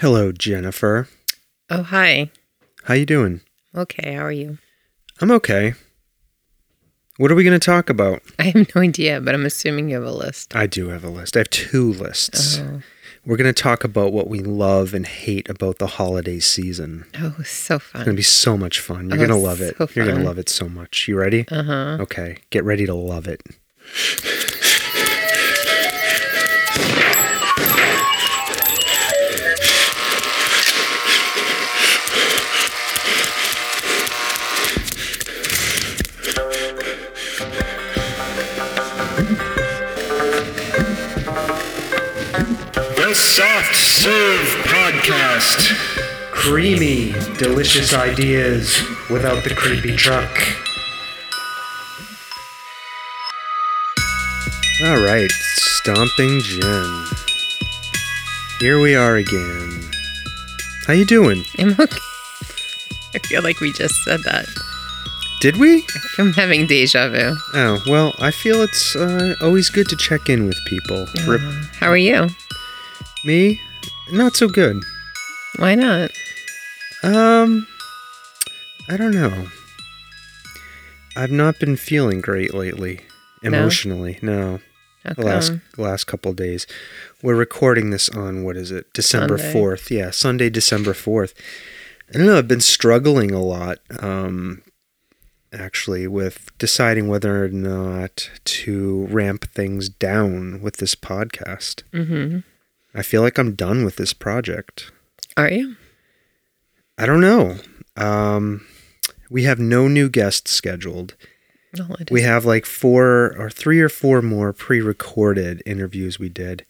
Hello, Jennifer. Oh, hi. How you doing? Okay, how are you? I'm okay. What are we going to talk about? I have no idea, but I'm assuming you have a list. I do have a list. I have two lists. Oh, We're going to talk about what we love and hate about the holiday season. oh so It's going fun. to be so much fun. You're Oh, going to love it. so You're going to fun. love it so much. You ready? Uh huh. Okay. Get ready to love it. The Soft Serve Podcast. Creamy, delicious ideas without the creepy truck. All right, Stomping Jen. Here we are again. How you doing? I'm okay. I feel like we just said that. Did we? I'm having deja vu. Oh, well, I feel it's uh, always good to check in with people. Rip How are you? me? Not so good. Why not? Um, I don't know. I've not been feeling great lately, No? emotionally. No, How the last come? the last couple of days. We're recording this on what is it, December Sunday. fourth? Yeah, Sunday, December fourth. I don't know. I've been struggling a lot, um, actually, with deciding whether or not to ramp things down with this podcast. Mhm. I feel like I'm done with this project. Are you? I don't know. Um, we have no new guests scheduled. No, I We have like four or three or four more pre recorded interviews we did.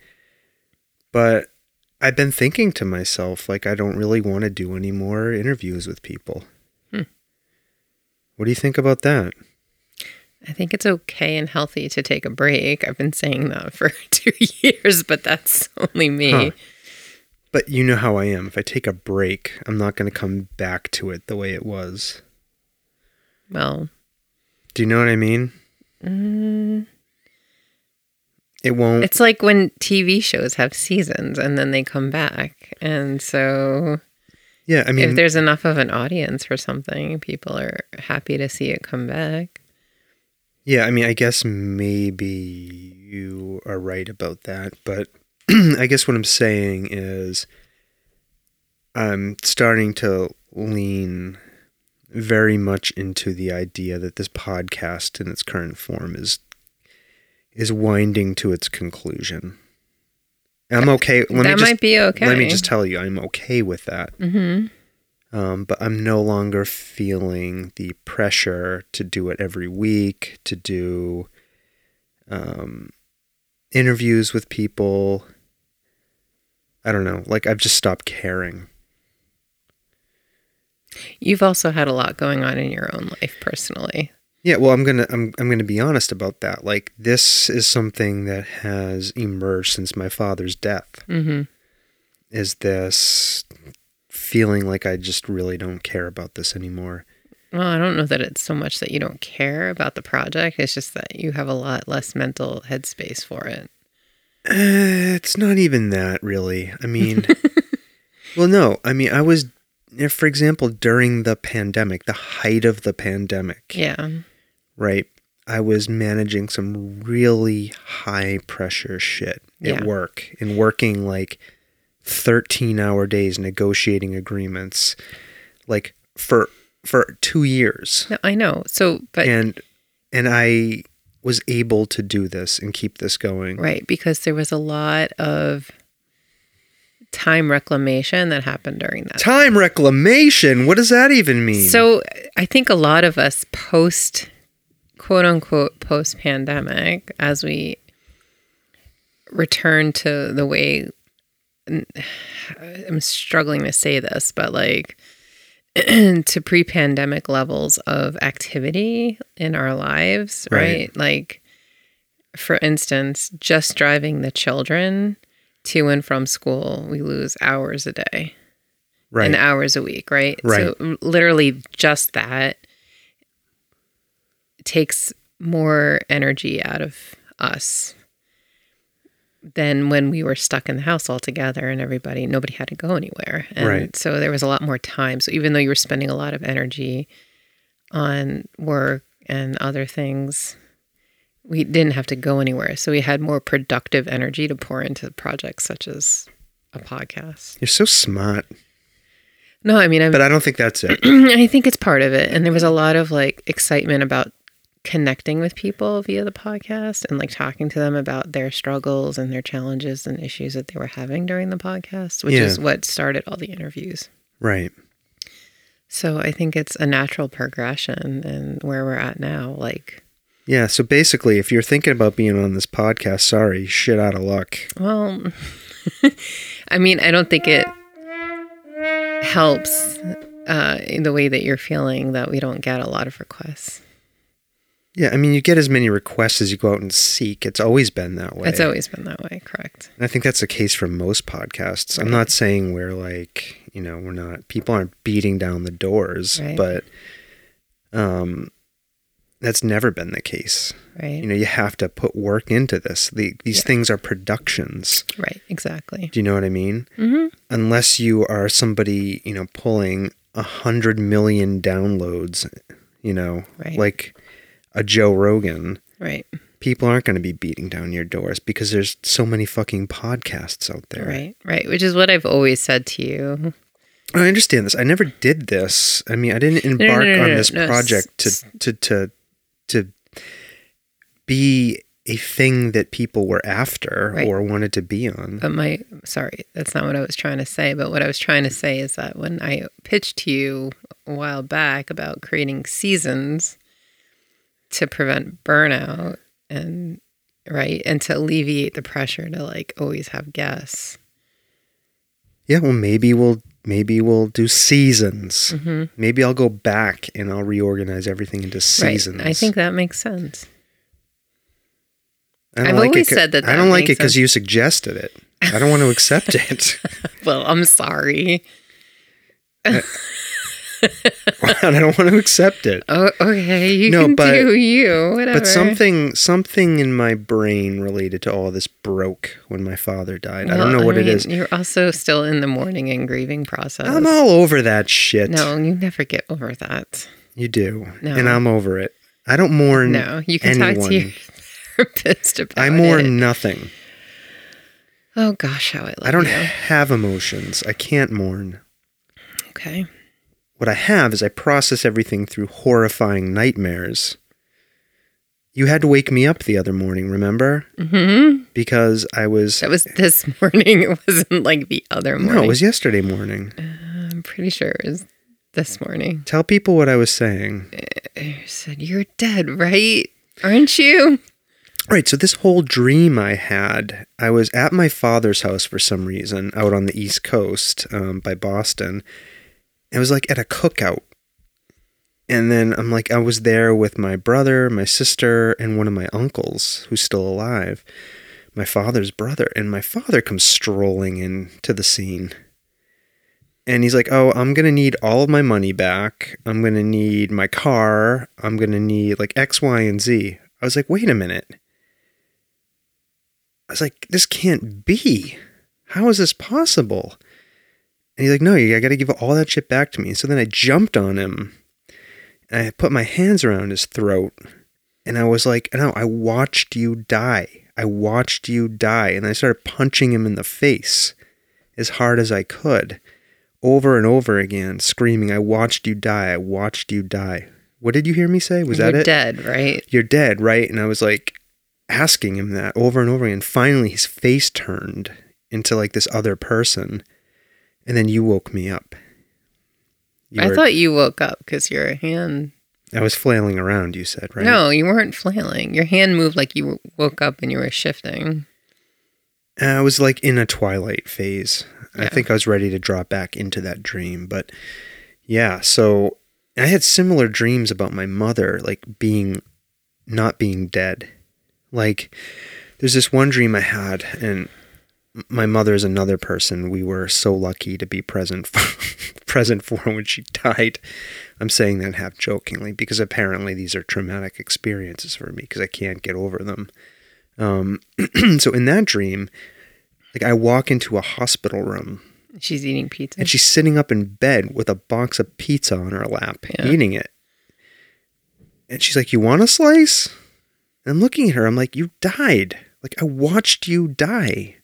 But I've been thinking to myself, like, I don't really want to do any more interviews with people. Hmm. What do you think about that? I think it's okay and healthy to take a break. I've been saying that for two years, but that's only me. Huh. But you know how I am. If I take a break, I'm not going to come back to it the way it was. Well, Do you know what I mean? mm, It won't. it's like when TV shows have seasons and then they come back. And so yeah, I mean, if there's enough of an audience for something, people are happy to see it come back. Yeah, I mean, I guess maybe you are right about that, but I guess what I'm saying is I'm starting to lean very much into the idea that this podcast in its current form is is winding to its conclusion. I'm okay. Let me that just might be okay. let me just tell you, I'm okay with that hmm um, but I'm no longer feeling the pressure to do it every week, to do um, interviews with people. I don't know. Like, I've just stopped caring. You've also had a lot going on in your own life personally. Yeah, well, I'm gonna I'm I'm gonna be honest about that. Like, this is something that has emerged since my father's death. hmm Is this feeling like I just really don't care about this anymore? Well, I don't know that it's so much that you don't care about the project. It's just that you have a lot less mental headspace for it. Uh, it's not even that really. I mean, well, no. I mean, I was, if, for example, during the pandemic, the height of the pandemic, Yeah. right? I was managing some really high pressure shit Yeah. at work and working like 13 hour days negotiating agreements like for for 2 years. No, I know. So, but and and I was able to do this and keep this going. right because there was a lot of time reclamation that happened during that Time reclamation. What does that even mean? So I think a lot of us post quote unquote post pandemic as we return to the way I'm struggling to say this, but like to pre pandemic levels of activity in our lives, Right. right? Like, for instance, just driving the children to and from school, we lose hours a day Right. and hours a week, right? Right. So literally just that takes more energy out of us than when we were stuck in the house all together and everybody nobody had to go anywhere. And Right. so there was a lot more time. So even though you were spending a lot of energy on work and other things, we didn't have to go anywhere. So we had more productive energy to pour into projects such as a podcast. You're so smart. No, I mean I'm But I don't think that's it. I think it's part of it. And there was a lot of like excitement about connecting with people via the podcast and like talking to them about their struggles and their challenges and issues that they were having during the podcast, which Yeah. is what started all the interviews. right. So I think it's a natural progression and where we're at now. Like, Yeah. So basically, if you're thinking about being on this podcast, sorry, shit out of luck. well, I mean, I don't think it helps uh, in the way that you're feeling that we don't get a lot of requests. Yeah. I mean, you get as many requests as you go out and seek. It's always been that way. It's always been that way, correct? And I think that's the case for most podcasts. I'm not saying we're like, you know, we're not people aren't beating down the doors, Right. but um that's never been the case. Right. You know, you have to put work into this. The, these Yeah. things are productions. right. Exactly. Do you know what I mean? Mm-hmm. Unless you are somebody, you know, pulling a hundred million downloads, you know, Right. like a Joe Rogan, Right. people aren't going to be beating down your doors because there's so many fucking podcasts out there. Right. Right. Which is what I've always said to you. I understand this. I never did this. I mean, I didn't no, embark no, on no, this no, s- project to, s- to to to be a thing that people were after Right. Oh. or wanted to be on. But my, sorry, that's not what I was trying to say. But what I was trying to say is that when I pitched to you a while back about creating seasons to prevent burnout and, right, and to alleviate the pressure to like always have guests. yeah, well, maybe we'll maybe we'll do seasons. Mm-hmm. Maybe I'll go back and I'll reorganize everything into seasons. Right. I think that makes sense. I don't I've like it always 'ca- said that I that don't like makes it because sense. you suggested it. I don't want to accept it. Well, I'm sorry. I don't want to accept it. Oh, okay. You No, can but- do you, whatever. But something something in my brain related to all this broke when my father died. I don't Well, know what it mean, is. You're also still in the mourning and grieving process. I'm all over that shit. No, you never get over that. You do. No. And I'm over it. I don't mourn No, you can talk anyone. to your therapist about I mourn it. nothing. Oh gosh, how I love I don't you. have emotions. I can't mourn. Okay, What I have is I process everything through horrifying nightmares. You had to wake me up the other morning, remember? Mm-hmm. Because I was. that was this morning. It wasn't like the other morning. Uh. No, it was yesterday morning. I'm pretty sure it was this morning. Tell people what I was saying. You said you're dead, right? Aren't you? Right. So this whole dream I had, I was at my father's house for some reason, out on the East Coast um, by Boston. It was like at a cookout, and then I'm like, I was there with my brother, my sister, and one of my uncles who's still alive, my father's brother, and my father comes strolling into the scene. And he's like, "Oh, I'm gonna need all of my money back. I'm gonna need my car. I'm gonna need like X, Y, and Z." I was like, "Wait a minute." I was like, this can't be. How is this possible? And he's like, no, you got to give all that shit back to me. So then I jumped on him and I put my hands around his throat and I was like, no, I watched you die. I watched you die. And I started punching him in the face as hard as I could over and over again, screaming, I watched you die. I watched you die. What did you hear me say? Was that you're it? dead, right? you're dead, right? And I was like asking him that over and over again. Finally, his face turned into like this other person. And then you woke me up. You I were- thought you woke up because your hand. I was flailing around, you said, right? No, you weren't flailing. Your hand moved like you woke up and you were shifting. I was like in a twilight phase. I Yeah. think I was ready to drop back into that dream, but yeah, so I had similar dreams about my mother like being not being dead. Like there's this one dream I had and my mother is another person we were so lucky to be present for, present for when she died. I'm saying that half jokingly because apparently these are traumatic experiences for me because I can't get over them. Um, so in that dream, like I walk into a hospital room She's eating pizza. and she's sitting up in bed with a box of pizza on her lap, Yeah. eating it. And she's like, You want a slice? And I'm looking at her. I'm like, You died. Like, I watched you die.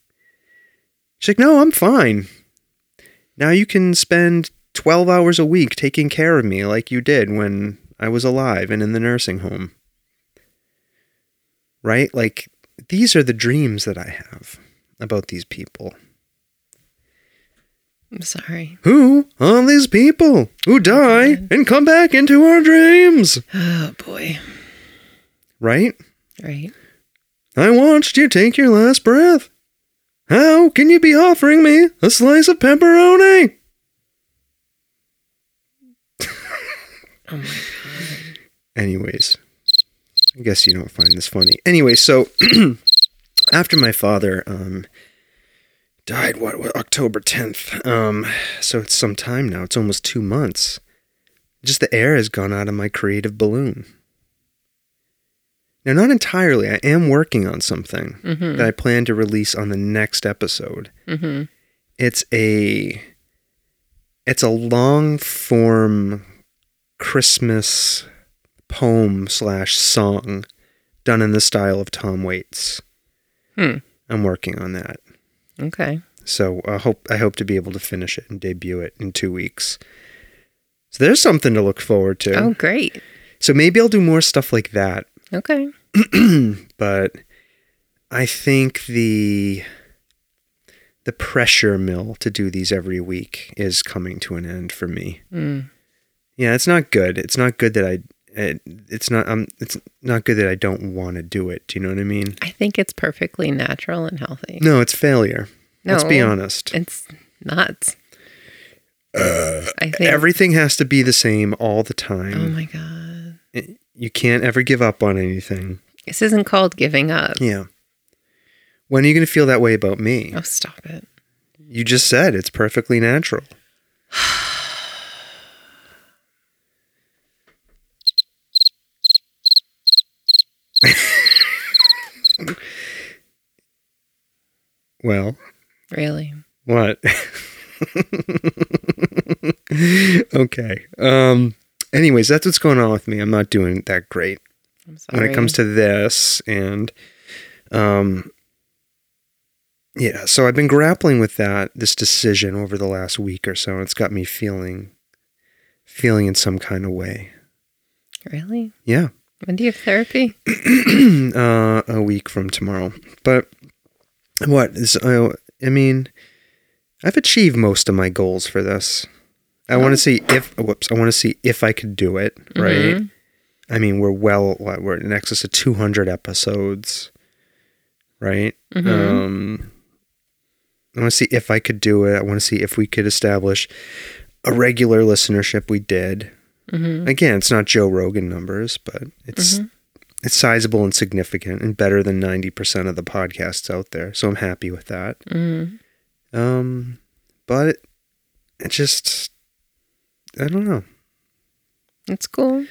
She's like, No, I'm fine. Now you can spend 12 hours a week taking care of me like you did when I was alive and in the nursing home. Right? Like, these are the dreams that I have about these people. I'm sorry. Who are these people who die and come back into our dreams? Oh boy. Right? Right. I watched you take your last breath. How can you be offering me a slice of pepperoni? Oh my Anyways, I guess you don't find this funny. Anyway, so after my father um, died, what, what October 10th? Um, so it's some time now. It's almost two months. Just the air has gone out of my creative balloon. Now, not entirely. I am working on something Mm-hmm. that I plan to release on the next episode. Mhm. It's a it's a long form Christmas poem slash song done in the style of Tom Waits. Hmm. I'm working on that. Okay. So I hope I hope to be able to finish it and debut it in two weeks. So there's something to look forward to. Oh great. So maybe I'll do more stuff like that. Okay. but I think the the pressure mill to do these every week is coming to an end for me. Mm. Yeah, it's not good. It's not good that I. It, it's not. Um. It's not good that I don't want to do it. Do you know what I mean? I think it's perfectly natural and healthy. No, it's failure. Let's be No. honest. It's not. Uh, I think Everything has to be the same all the Oh time. my god. you can't ever give up on anything. This isn't called giving up. Yeah. When are you going to feel that way about me? Oh stop it. You just said it's perfectly natural. well, Really. what? okay. Um anyways, that's what's going on with me. I'm not doing that great I'm sorry. when it comes to this and um yeah so i've been grappling with that this decision over the last week or so and it's got me feeling feeling in some kind of way Really? yeah When do you have therapy? uh a week from tomorrow but what is i, I mean i've achieved most of my goals for this i want to see if whoops i want to see if i could do it right Mhm. I mean, we're well, what, we're in excess of 200 episodes, right? Um, I want to see if I could do it. I want to see if we could establish a regular listenership. We did. Mm-hmm. Again, it's not Joe Rogan numbers, but it's it's sizable and significant and better than 90% of the podcasts out there. So I'm happy with that. Mhm. Um, but it, it just, I don't know. It's cool.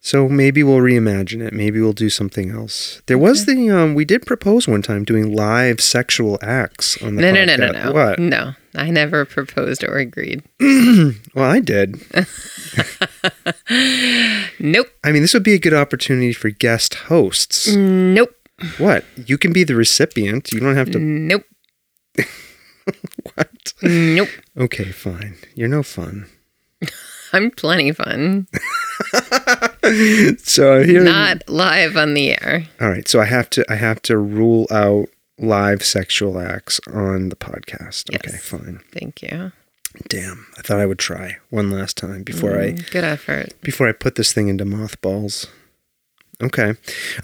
So maybe we'll reimagine it. Maybe we'll do something else. There was the um we did propose one time doing live sexual acts on the No, no, no, no, podcast. no. What? No. I never proposed or agreed. Well, I did. Nope. I mean, this would be a good opportunity for guest hosts. Mm. Nope. What? You can be the recipient. You don't have to Nope. what? Nope. Okay, fine. You're no fun. I'm plenty fun. So here Not live on the air. All right. So I have to I have to rule out live sexual acts on the podcast. Yes. Okay, fine. Thank you. Damn. I thought I would try one last time before I Mm, Good effort. before I put this thing into mothballs. Okay. All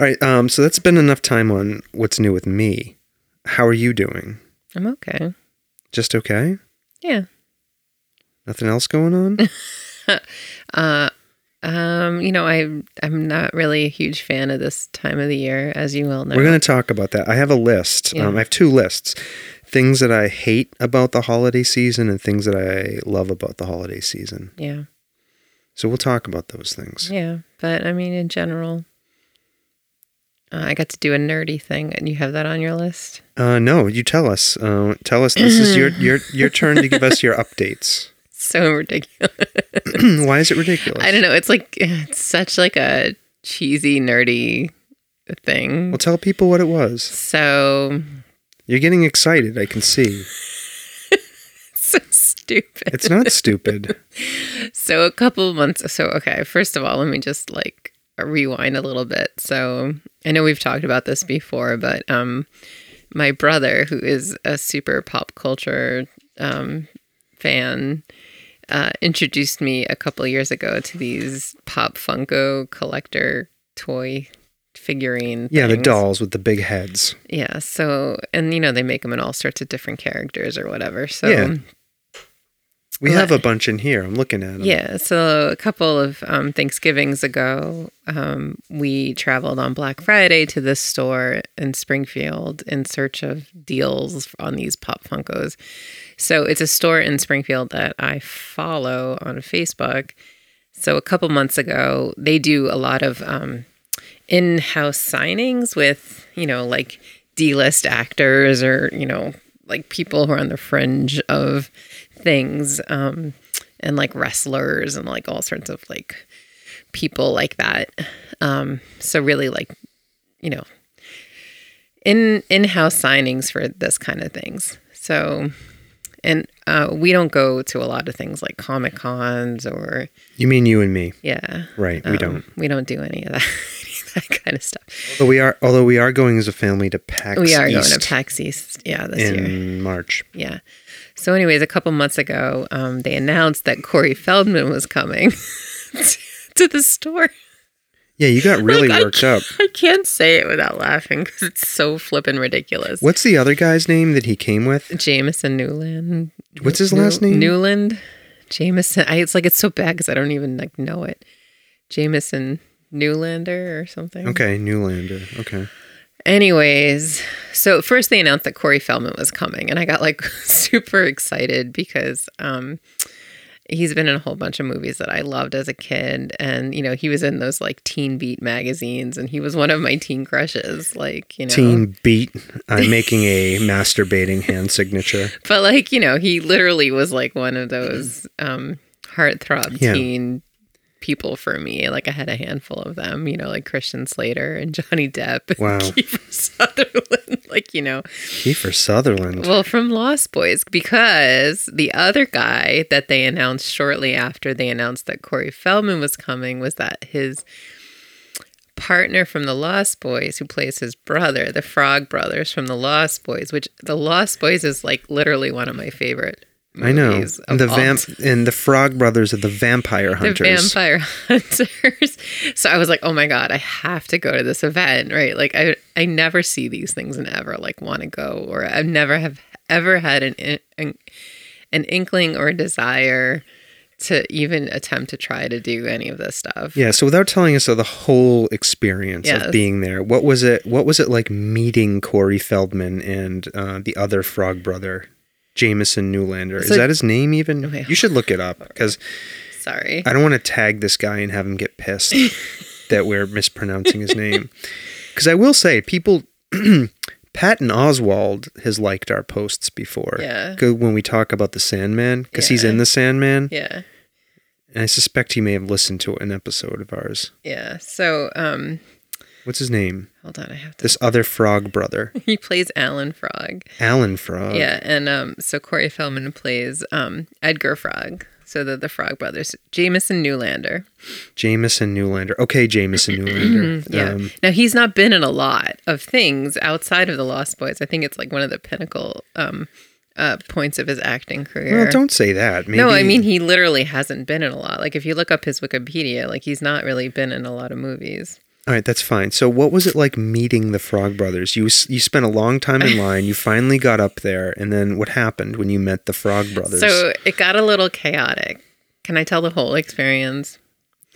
right. Um, so that's been enough time on what's new with me. How are you doing? I'm okay. Just okay? Yeah. Nothing else going on? Uh, um, you know, I I'm not really a huge fan of this time of the year, as you well know. We're going to talk about that. I have a list. Yeah. Um, I have two lists things that I hate about the holiday season and things that I love about the holiday season. yeah, So we'll talk about those things. yeah. But I mean, in general, uh, I got to do a nerdy thing, and you have that on your list. Uh, no, you tell us. Uh, tell us. This is your, your, your turn to give us your updates. So ridiculous. Why is it ridiculous? I don't know. It's like it's such like a cheesy nerdy thing. Well, tell people what it was. so You're getting excited. I can see. so stupid. It's not stupid. So a couple of months. So okay, first of all, let me just like rewind a little bit. So I know we've talked about this before, but um, my brother, who is a super pop culture um, fan, uh, introduced me a couple years ago to these pop Funko collector toy figurine. Yeah, the things. dolls with the big heads. Yeah. So and you know they make them in all sorts of different characters or whatever. So. Yeah. We Well, have a bunch in here. I'm looking at them. Yeah. So a couple of um, Thanksgivings ago, um, we traveled on Black Friday to this store in Springfield in search of deals on these Pop Funkos. So it's a store in Springfield that I follow on Facebook. So a couple months ago, they do a lot of um, in-house signings with you know like D-list actors or you know like people who are on the fringe of things um, and like wrestlers and like all sorts of like people like that. Um, so really like you know in in-house signings for this kind of things. So and uh, we don't go to a lot of things like comic cons or You mean you and me, yeah right? we um, don't. We don't do any of that, any of that kind of stuff. Although we are, although we are going as a family to PAX. We are going East to PAX East, yeah, this in year. March. Yeah. So, anyways, a couple months ago, um, they announced that Corey Feldman was coming to the store. Yeah, you Oh got really Like, I worked up. I can't say it without laughing because it's so flippin' ridiculous. What's the other guy's name that he came with? Jameson Newland. What's his New- last name? Newland. Jameson. I, it's like it's so bad because I don't even like know it. Jameson Newlander or something. Okay, Newlander. Okay. Anyways, so first they announced that Corey Feldman was coming, and I got like super excited because um, he's been in a whole bunch of movies that I loved as a kid, and you know he was in those like Teen Beat magazines, and he was one of my teen crushes. Like you know, Teen Beat. I'm making a masturbating hand signature. but like you know he literally was like one of those um, heartthrob Yeah. teen people for me. Like I had a handful of them, you know, like Christian Slater and Johnny Depp, and Wow. Kiefer Sutherland, like you know. Kiefer Sutherland. Well, from Lost Boys, because the other guy that they announced shortly after they announced that Corey Feldman was coming was that his partner from the Lost Boys, who plays his brother, the Frog Brothers from the Lost Boys, which the Lost Boys is like literally one of my favorite. I know. movies of The all vamp and the Frog Brothers are the vampire the hunters. vampire hunters. So I was like, oh my god, I have to go to this event, right? Like I I never see these things and ever like want to go, or I've never have ever had an in- an, an inkling or desire to even attempt to try to do any of this stuff. yeah, so without telling us of the whole experience Yes. of being there, what was it what was it like meeting Corey Feldman and uh, the other Frog Brother? Jameson Newlander. Is So- that his name even? Okay. You should look it up because Sorry. I don't want to tag this guy and have him get pissed that we're mispronouncing his name. Because I will say, people, Patton Oswald has liked our posts before. Yeah. 'Cause When we talk about the Sandman, because he's Yeah. in the Sandman, yeah. and I suspect he may have listened to an episode of ours. Yeah. So um What's his name? hold on, I have to This other frog brother, he plays Alan Frog. Alan Frog. Yeah, and um, so Corey Feldman plays um, Edgar Frog, so the the Frog brothers, Jameson Newlander. Jameson Newlander. Okay, Jameson Newlander. Yeah. Um, now he's not been in a lot of things outside of the Lost Boys. I think it's like one of the pinnacle um, uh, points of his acting career. well, don't say that. Maybe, no, I mean he literally hasn't been in a lot. Like if you look up his Wikipedia, like he's not really been in a lot of movies. All right, that's fine. So, what was it like meeting the Frog Brothers? You s- you spent a long time in line. You finally got up there, and then what happened when you met the Frog Brothers? So it got a little chaotic. Can I tell the whole experience?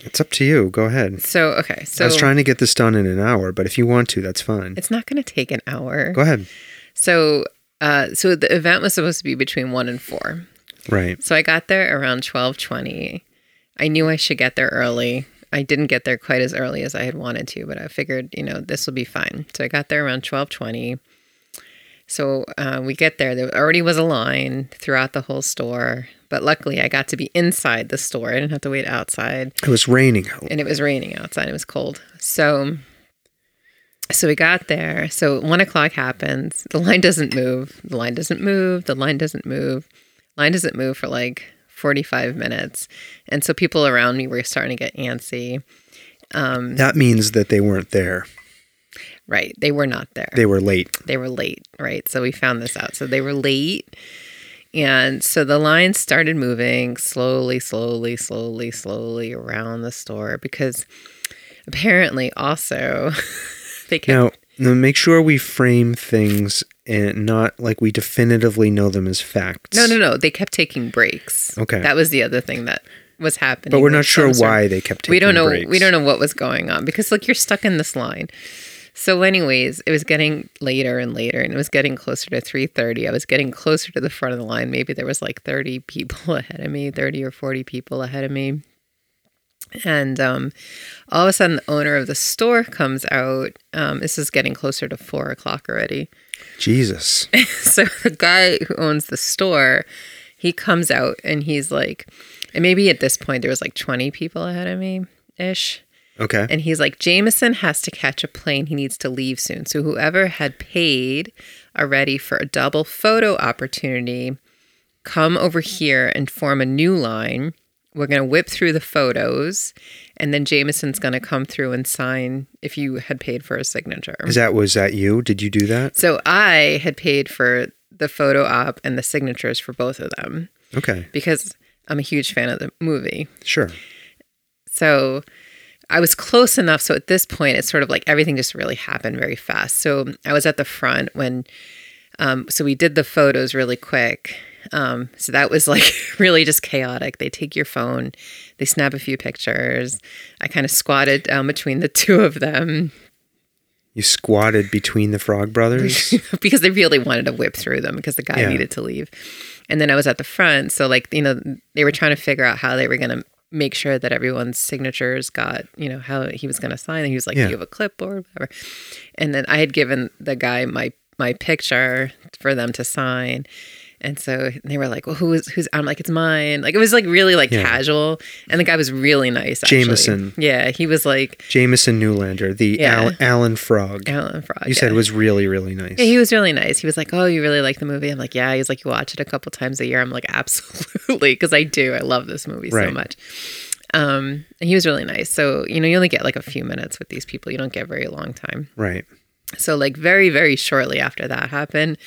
it's up to you. Go ahead. So okay, so I was trying to get this done in an hour, but if you want to, that's fine. it's not going to take an hour. Go ahead. So uh, so the event was supposed to be between one and four. Right. So I got there around twelve twenty. I knew I should get there early. I didn't get there quite as early as I had wanted to, but I figured you know this will be fine. So I got there around twelve twenty. So uh, we get there. There already was a line throughout the whole store, but luckily I got to be inside the store. I didn't have to wait outside. It was raining out. and it was raining outside. It was cold. So, so we got there. So one o'clock happens. The line doesn't move. The line doesn't move. The line doesn't move. Line doesn't move for like forty-five minutes, and so people around me were starting to get antsy. That means that they weren't there. Right, they were not there. They were late. they were late, right? So we found this out. So they were late. And so the line started moving slowly, slowly, slowly, slowly around the store because apparently also they kept Now, now make sure we frame things and not like we definitively know them as facts. No, no, no. They kept taking breaks. Okay. That was the other thing that was happening. But we're not with sure some sort- why they kept taking we don't know breaks. we don't know what was going on because like you're stuck in this line so anyways it was getting later and later and it was getting closer to 3.30 i was getting closer to the front of the line maybe there was like 30 people ahead of me 30 or 40 people ahead of me and um, all of a sudden the owner of the store comes out um, this is getting closer to 4 o'clock already Jesus. so the guy who owns the store, he comes out and he's like, and maybe at this point there was like 20 people ahead of me ish. Okay. And he's like, Jameson has to catch a plane. He needs to leave soon. So whoever had paid already for a double photo opportunity, come over here and form a new line. We're going to whip through the photos. And then Jameson's going to come through and sign if you had paid for a signature. Is that was that you? Did you do that? So I had paid for the photo op and the signatures for both of them Okay. because I'm a huge fan of the movie. Sure. So I was close enough. So at this point, it's sort of like everything just really happened very fast. So I was at the front when, um, so we did the photos really quick. Um, so that was like really just chaotic. They take your phone, they snap a few pictures. I kind of squatted down between the two of them You squatted between the Frog Brothers. because they really wanted to whip through them because the guy Yeah. needed to leave. And then I was at the front. So, like, you know, they were trying to figure out how they were going to make sure that everyone's signatures got, you know, how he was going to sign. And he was like, Yeah. Do you have a clipboard? Whatever. And then I had given the guy my my picture for them to sign. And so they were like, Well, who is who's I'm like, it's mine. Like it was like really like Yeah. casual. And the guy was really nice actually. Jameson. Yeah. He was like "Oh, Jameson Newlander, the Yeah. Al- Alan Frog. Alan Frog. you said yeah. was really really nice. Yeah, he was really nice. He was like, "Oh, you really like the movie?" I'm like, "Yeah." He's like, "You watch it a couple times a year?" I'm like, "Absolutely," because I do. I love this movie so Right. much. Um, and he was really nice. So you know, you only get like a few minutes with these people. You don't get very long time. right. So like very very shortly after that happened,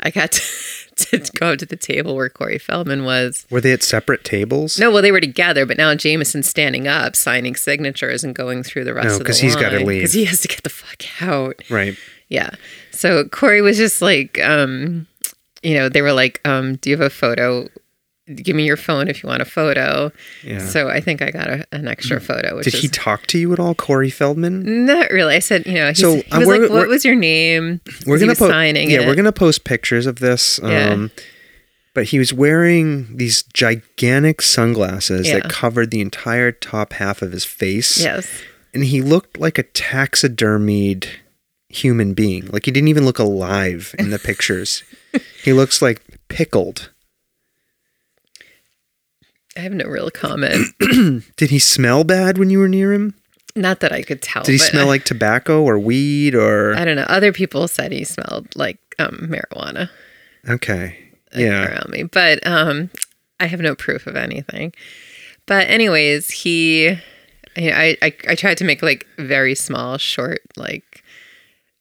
I got to, to go to the table where Corey Feldman was. Were they at separate tables? No, well, they were together, but now Jameson's standing up, signing signatures, and going through the rest No, of the 'cause he's gotta line, leave. 'cause he has to get the fuck out. Right. Yeah. So Corey was just like, um, you know, they were like, um, do you have a photo? Give me your phone if you want a photo. Yeah. Mm. So I think I got a, an extra photo, which Did is he talk to you at all, Corey Feldman? not really. I said, you know, he's, So, he uh, was we're- like, what we're- was your name? 'Cause he was po- signing Yeah, it. we're gonna post pictures of this. Um Yeah. But he was wearing these gigantic sunglasses Yeah. that covered the entire top half of his face. Yes. and he looked like a taxidermied human being. Like he didn't even look alive in the pictures. he looks like pickled. I have no real comment. Did he smell bad when you were near him? not that I could tell. Did he Oh, but uh, smell like tobacco or weed or I don't know. Other people said he smelled like um, marijuana okay? Yeah, around me, but um, I have no proof of anything. But anyways, he, I, I, I tried to make like very small, short, like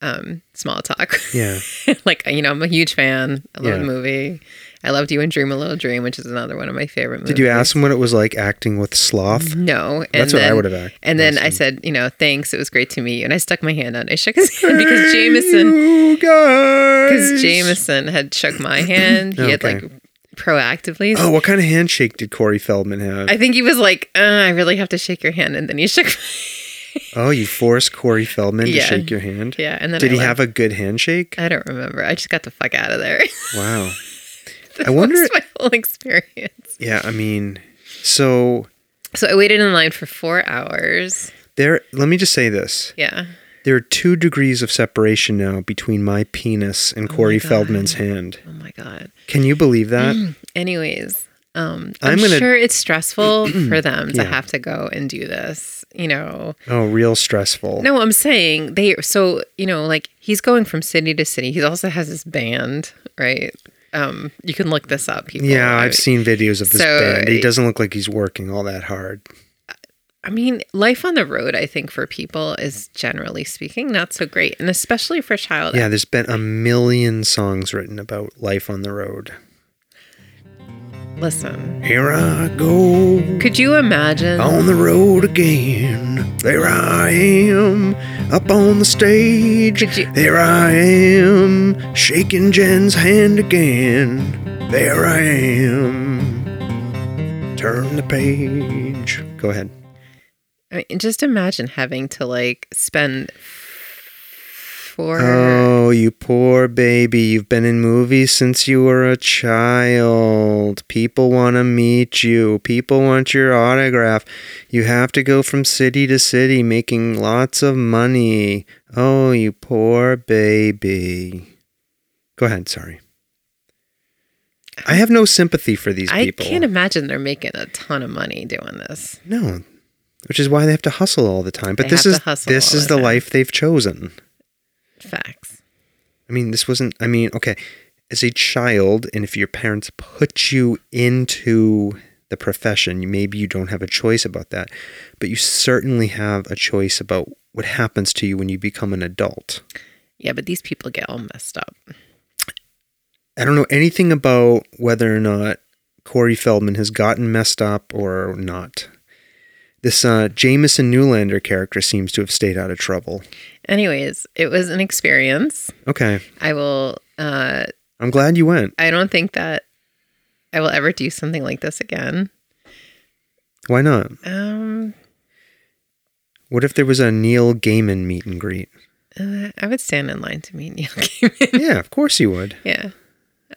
um, small talk. Yeah. like you know, I'm a huge fan. I love Yeah. the movie. I loved you in Dream a Little Dream, which is another one of my favorite movies. Did you ask him what it was like acting with sloth? No, Mm-hmm. and That's what I then- would've ac- And then asked I him. said, you know, thanks. It was great to meet you. And I stuck my hand out. I shook his hand because Jameson You guys. because Jameson had shook my hand. He had Okay. like proactively. Oh, what kind of handshake did Corey Feldman have? I think he was like, uh, I really have to shake your hand, and then he shook. oh, you forced Corey Feldman to Yeah. shake your hand. yeah, and then Did I he left. have a good handshake? I don't remember. I just got the fuck out of there. Wow. That I wonder- was my whole experience. Yeah, I mean, so So I waited in line for four hours. there. Let me just say this: Yeah. there are two degrees of separation now between my penis and Corey Oh God. Mm. Feldman's hand. Oh my god. Can you believe that? Anyways, um, I'm I'm, gonna- sure it's stressful for them to Yeah. have to go and do this. You know. Oh, real stressful. No, I'm saying they. So you know, like he's going from city to city. He also has his band, right? Um, you can look this up. People. Yeah, I- I've seen videos of this So- eh, band. He doesn't look like he's working all that hard. I mean, life on the road, I think, for people is generally speaking not so great, and especially for child. Yeah, there's been a million songs written about life on the road. Listen, Here I go could you imagine? on the road again. There I am up on the stage. Could you- There I am shaking Jen's hand again. There I am. Turn the page. Go ahead. I mean, just imagine having to like spend four. Oh, you poor baby. You've been in movies since you were a child. People want to meet you. People want your autograph. You have to go from city to city making lots of money. Oh, you poor baby. Go ahead. Sorry. I have no sympathy for these I people. can't imagine they're making a ton of money doing this. no. Which is why they have to hustle all the time. But They this have is to hustle this all is the the time. life they've chosen. Facts. I mean, this wasn't. I mean, okay, as a child, and if your parents put you into the profession, you- maybe you don't have a choice about that, but you certainly have a choice about what happens to you when you become an adult. Yeah, but these people get all messed up. I don't know anything about whether or not Corey Feldman has gotten messed up or not. This uh, Jameson Newlander character seems to have stayed out of trouble. Anyways, it was an experience. Okay, I will. Uh, I'm glad you went. I don't think that I will ever do something like this again. Why not? Um, What if there was a Neil Gaiman meet and greet? uh, I would stand in line to meet Neil Gaiman. yeah, of course you would. yeah,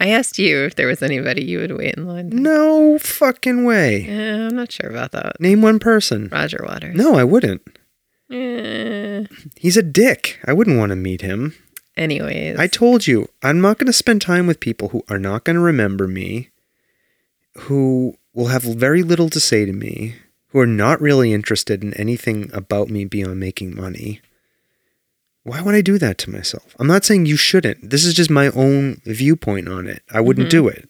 I asked you if there was anybody you would wait in line. To. No fucking way. Eh, I'm not sure about that. Name one person. Roger Waters. No, I wouldn't. Eh, He's a dick. I wouldn't want to meet him. anyways, I told you, I'm not going to spend time with people who are not going to remember me, who will have very little to say to me, who are not really interested in anything about me beyond making money. Why would I do that to myself? I'm not saying you shouldn't. This is just my own viewpoint on it. I wouldn't do it.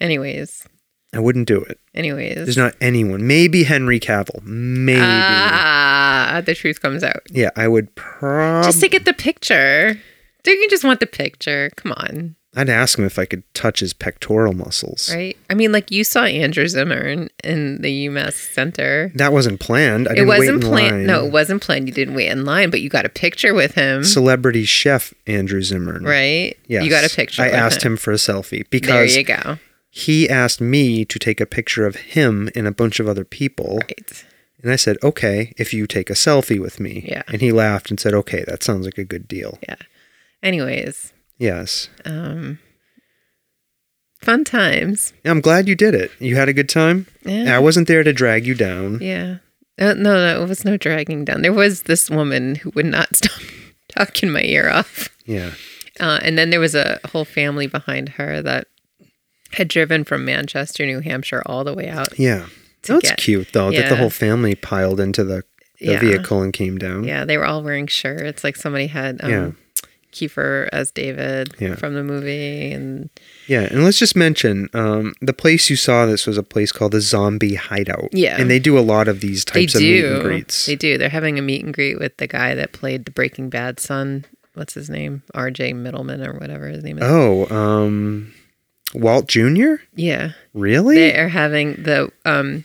anyways, I wouldn't do it. anyways. There's not anyone. Maybe Henry Cavill. Maybe. Ah, the truth comes out. Yeah, I would probably. Just to get the picture. Don't you just want the picture? Come on, I'd ask him if I could touch his pectoral muscles. right? I mean, like you saw Andrew Zimmern in the UMass Center. That wasn't planned. I It didn't wasn't wait in planned. line. No, it wasn't planned. You didn't wait in line, but you got a picture with him, Celebrity chef Andrew Zimmern. right? Yes. You got a picture. I with asked him. for a selfie There because you go. he asked me to take a picture of him and a bunch of other people. Right. And I said, okay, if you take a selfie with me. Yeah. And he laughed and said, okay, that sounds like a good deal. Yeah. Anyways, Yes. um, fun times. I'm glad you did it. You had a good time? Yeah. I wasn't there to drag you down. Yeah. Uh, no, no, it was no dragging down. There was this woman who would not stop talking my ear off. Yeah. Uh, and then there was a whole family behind her that had driven from Manchester, New Hampshire, all the way out. Yeah. to That's get- cute though that the yeah. whole family piled into the, the Yeah. vehicle and came down. Yeah, they were all wearing shirts. Like somebody had um, Yeah. Kiefer as David Yeah. from the movie, and Yeah, and let's just mention um, the place you saw this was a place called the Zombie Hideout. Yeah. and they do a lot of these they types of meet do. and greets. They do. They're having a meet and greet with the guy that played the Breaking Bad son what's his name? RJ Middleman or whatever his name is. Oh, um, Walt Jr. Yeah. Really? They are having the um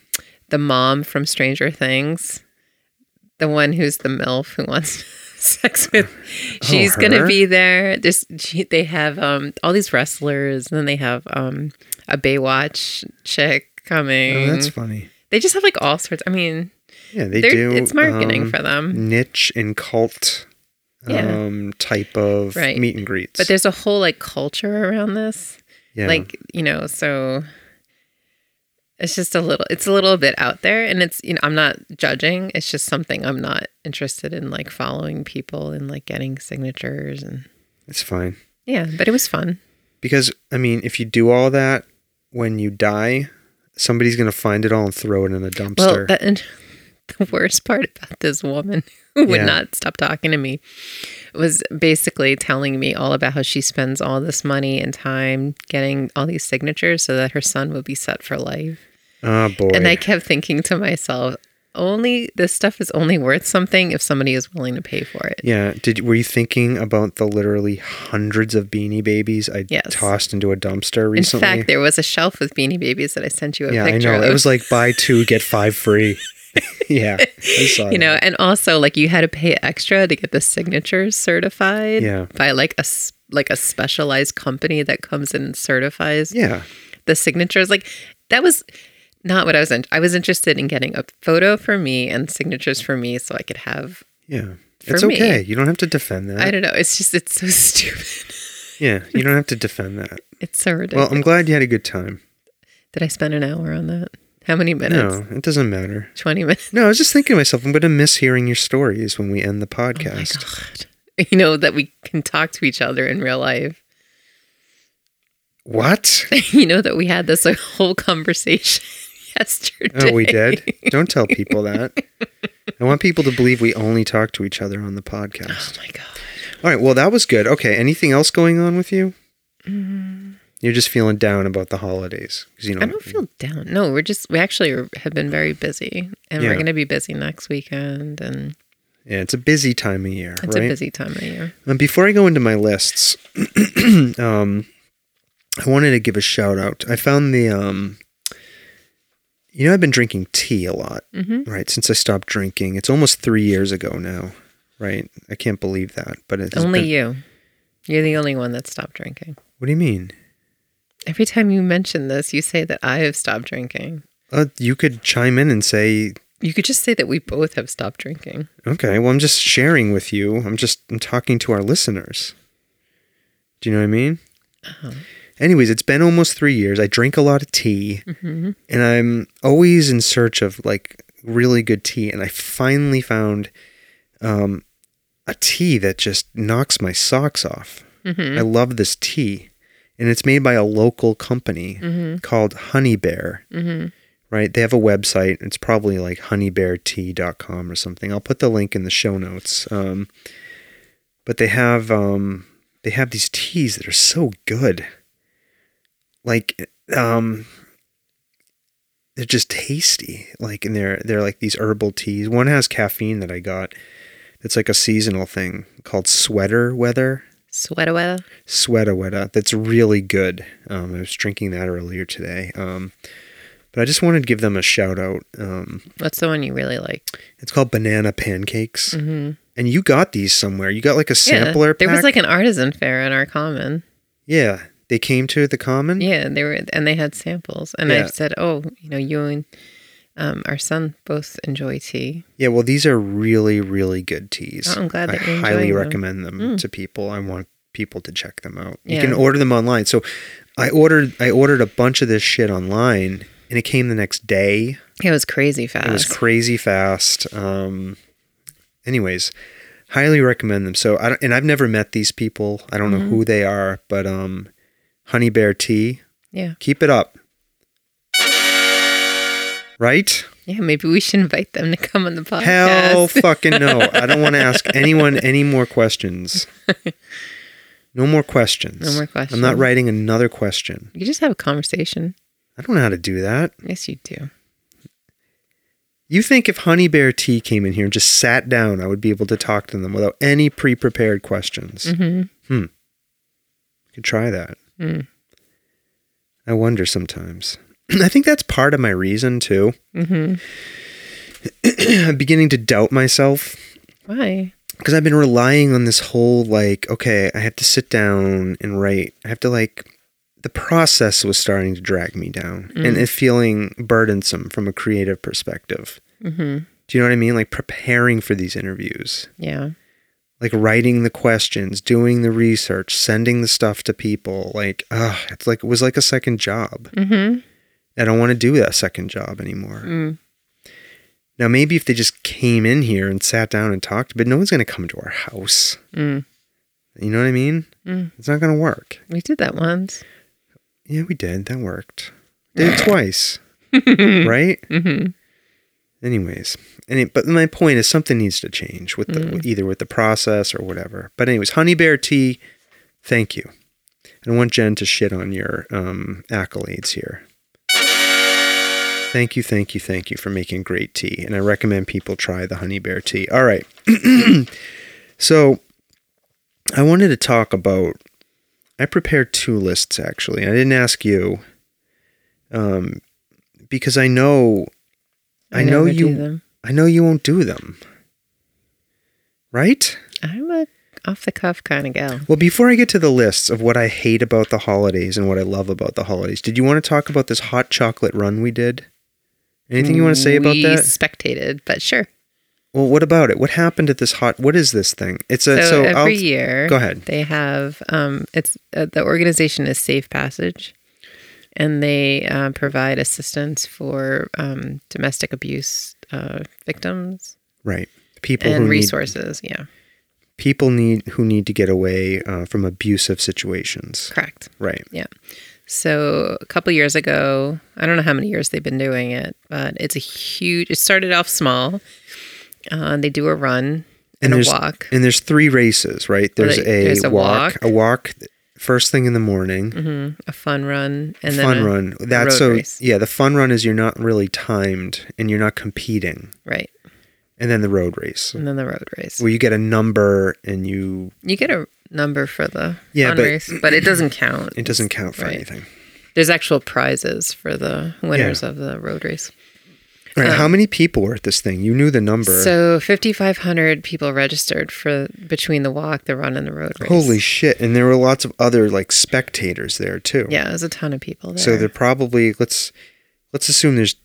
the mom from Stranger Things, the one who's the MILF who wants sex with she's gonna Oh, her? be there. This she, they have um all these wrestlers and then they have um a Baywatch chick coming. oh, that's funny. they just have like all sorts I mean Yeah, they They're- do. it's marketing um, for them. Niche and cult Yeah. um, type of Right. meet and greets. but there's a whole like culture around this. yeah. like you know so it's just a little it's a little bit out there and it's you know i'm not judging it's just something i'm not interested in like following people and like getting signatures and it's fine. yeah but it was fun Because, I mean, if you do all that when you die, somebody's going to find it all and throw it in a dumpster. well uh, that, and the worst part about this woman who would Yeah. not stop talking to me was basically telling me all about how she spends all this money and time getting all these signatures so that her son would be set for life oh, boy. And I kept thinking to myself, only this stuff is only worth something if somebody is willing to pay for it. yeah. Did Were you thinking about the literally hundreds of beanie babies I Yes. tossed into a dumpster In recently? fact, there was a shelf with Beanie Babies that I sent you a yeah, I picture know. of. It was like buy two, get five free. yeah. I saw you know, that. and also like you had to pay extra to get the signatures certified Yeah. by like a s- like a specialized company that comes in and certifies Yeah. the signatures. Like that was not what I was in. I was interested in getting a photo for me and signatures for me so I could have. Yeah. For it's me. okay. You don't have to defend that. I don't know. It's just it's so stupid. Yeah, you don't have to defend that. It's so ridiculous. Well, I'm glad you had a good time. Did I spend an hour on that? How many minutes? No, it doesn't matter. 20 minutes. No, I was just thinking to myself, I'm going to miss hearing your stories when we end the podcast. Oh God. You know, that we can talk to each other in real life. what? you know, that we had this like, whole conversation yesterday. Oh, we did? Don't tell people that. I want people to believe we only talk to each other on the Oh podcast. my God. All right, well, that was good. Okay, anything else going on with you? You're just feeling down about the holidays. 'cause You know, Mm. I don't feel down. No, we're just, we actually are- have been very busy and Yeah. we're going to be busy next weekend and yeah, it's a busy time of year, it's right? a busy time of year. Um, before I go into my lists, um, I wanted to give a shout out. I found the, um, you know, I've been drinking tea a lot, Mhm. right? Since I stopped drinking, it's almost three years ago now, right? I can't believe that, but it's only Been, you. You're the only one that stopped drinking. what do you mean? Every time you mention this, you say that I have stopped drinking. Uh, you could chime in and say, You could just say that we both have stopped drinking. okay, well, I'm just sharing with you. I'm just I'm talking to our listeners. Do you know what I mean? Oh. Anyways, it's been almost three years. I drink a lot of tea. hmm and I'm always in search of like really good tea. And I finally found um, a tea that just knocks my socks off. hmm I love this tea, and it's made by a local company called Honey Bear. hmm Right? They have a website. It's probably like honeybeartea.com or something. I'll put the link in the show notes. Um, but they have um, they have these teas that are so good. Like um, they're just tasty. Like and they're they're like these herbal teas. One has caffeine that I got. It's like a seasonal thing called sweater weather Sweater weather. sweatawetta that's really good. Um, I was drinking that earlier today. Um, but I just wanted to give them a shout out. Um, What's the one you really like? it's called banana pancakes, Mm-hmm. and you got these somewhere. You got like a sampler. yeah, there was pack? like an artisan fair in our common. yeah. They came to the common. Yeah, they were, and they had samples. And Mm-hmm. Yeah. I said, "Oh, you know, you and um, our son both enjoy tea." Yeah, well, these are really, really good teas. Oh, I'm glad that I you're highly enjoying them. Mm. recommend them to people. I want people to check them out. You Yeah. can order them online. So I ordered I ordered a bunch of this shit online and it came the next day. It was crazy fast. It was crazy fast. Um, anyways, highly recommend them. So I don't, and I've never met these people. I don't Mm-hmm. know who they are, but um, Honey Bear Tea, yeah, keep it up. Right? yeah. Maybe we should invite them to come on the podcast. Hell fucking no. I don't want to ask anyone any more questions. No more questions. No more I'm not questions. writing another question. You just have a conversation. I don't know how to do that. Yes, you do. You think if Honey Bear Tea came in here and just sat down, I would be able to talk to them without any pre prepared questions? Mm-hmm. We could try that. Mm. I wonder sometimes. I think that's part of my reason too. Mm-hmm. I'm beginning to doubt myself Why? because I've been relying on this whole like, okay, I have to sit down and write. I have to like, the process was starting to drag me down and it feeling burdensome from a creative perspective. Mm-hmm. Do you know what I mean? Like preparing for these interviews, Yeah. like writing the questions, doing the research, sending the stuff to people. Like, ah, it's like it was like a second job. Mm-hmm. I don't want to do that second job anymore. Mm. Now, maybe if they just came in here and sat down and talked, but no one's going to come to our house. Mm. You know what I mean? Mm. It's not going to work. We did that once. Yeah, we did. That worked. Did it twice, right? Mm-hmm. Anyways, any but my point is something needs to change with the, either with the process or whatever. But anyways, Honey Bear Tea, thank you. I don't want Jen to shit on your um, accolades here. Thank you, thank you, thank you for making great tea, and I recommend people try the Honey Bear Tea. All right, so I wanted to talk about. I prepared two lists actually. I didn't ask you, um, because I know, I, know never do you. them. I know you won't do them. Right? I'm a off the cuff kind of gal. Well, before I get to the lists of what I hate about the holidays and what I love about the holidays, did you want to talk about this hot chocolate run we did? Anything you want to say about we that? Spectated, but sure. Well, what about it? What happened at this hot? What is this thing? It's a so, Uh, so, every I'll- year Go ahead. they have um it's uh, the organization is safe passage and they uh, provide assistance for um, domestic abuse uh, victims right. People who and need, resources yeah people need who need to get away uh, from abusive situations. correct Right. So a couple years ago, I don't know how many years they've been doing it, but it's a huge. It started off small. Uh, they do a run and, a there's- walk. And there's three races, right? There's a, Right, there's a walk, walk. a walk first thing in the morning. hmm a fun run and then fun a- run. That's road so race. yeah. The fun run is you're not really timed and you're not competing, right, and then the road race and then the road race. where you get a number and you you get a number for the Yeah, fun but- race, but it doesn't count. it doesn't count for Right. anything. There's actual prizes for the winners of the road race. All right, how many people were at this thing? You knew the number. Um, So 5,500 people registered for between the walk, the run, and the road race. Holy shit! And there were lots of other like spectators there too. yeah, it was a ton of people there. So they're probably let's let's assume there's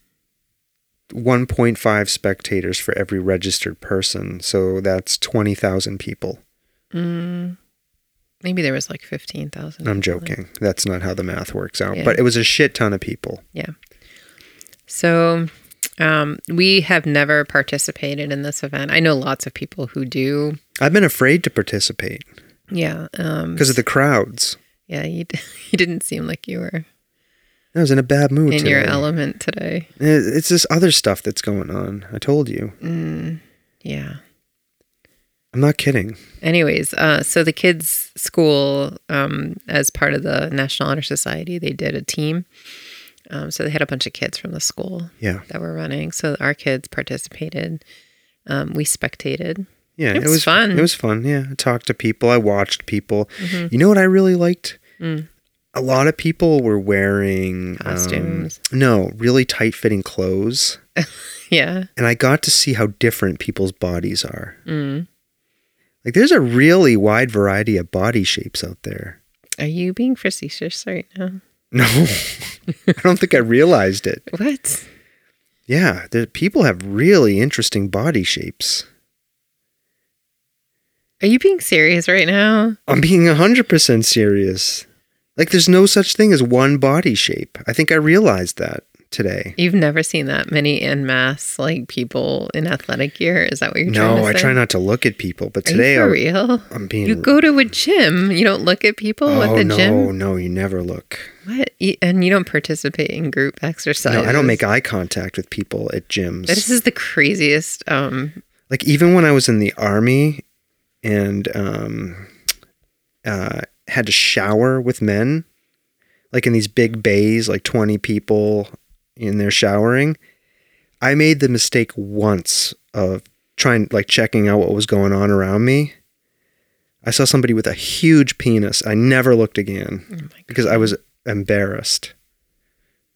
1.5 spectators for every registered person. So that's 20,000 people. Mm, maybe there was like 15,000. I'm people there. joking. That's not how the math works out. Mm-hmm. Yeah. But it was a shit ton of people. So um, we have never participated in this event. I know lots of people who do. I've been afraid to participate. Yeah. Um, because of the crowds. yeah, you, d- you didn't seem like you were I was in a bad mood. in today. your element today. It- It's this other stuff that's going on. I told you. Mm, yeah. I'm not kidding. Anyways, uh, so the kids' school, um, as part of the National Honor Society, they did a team. Um, so they had a bunch of kids from the school Yeah, that were running. So our kids participated. Um, we spectated. yeah. It was fun. Mm-hmm. It was fun. Yeah, I talked to people. I watched people. You know what I really liked? Mm. A lot of people were wearing um, Costumes. no, really tight fitting clothes, Um. Yeah. and I got to see how different people's bodies are. Mm. Like, there's a really wide variety of body shapes out there. Are you being facetious right now? No, I don't think I realized it. What? Yeah, the people have really interesting body shapes. Are you being serious right now? I'm being 100% serious. Like, there's no such thing as one body shape. I think I realized that today. You've never seen that many en masse like people in athletic gear. Is that what you're trying to No, say? I try not to look at people, but today Are you for I'm, real? I'm being. You go to a gym. You don't look at people oh, at the no, gym. no, you never look. What? You- And you don't participate in group exercise. No, I don't make eye contact with people at gyms. This is the craziest. Um, like even when I was in the army and um, uh, had to shower with men, like in these big bays, like twenty people in there showering. I made the mistake once of trying, like, checking out what was going on around me. I saw somebody with a huge penis. I never looked again Oh my because I was embarrassed.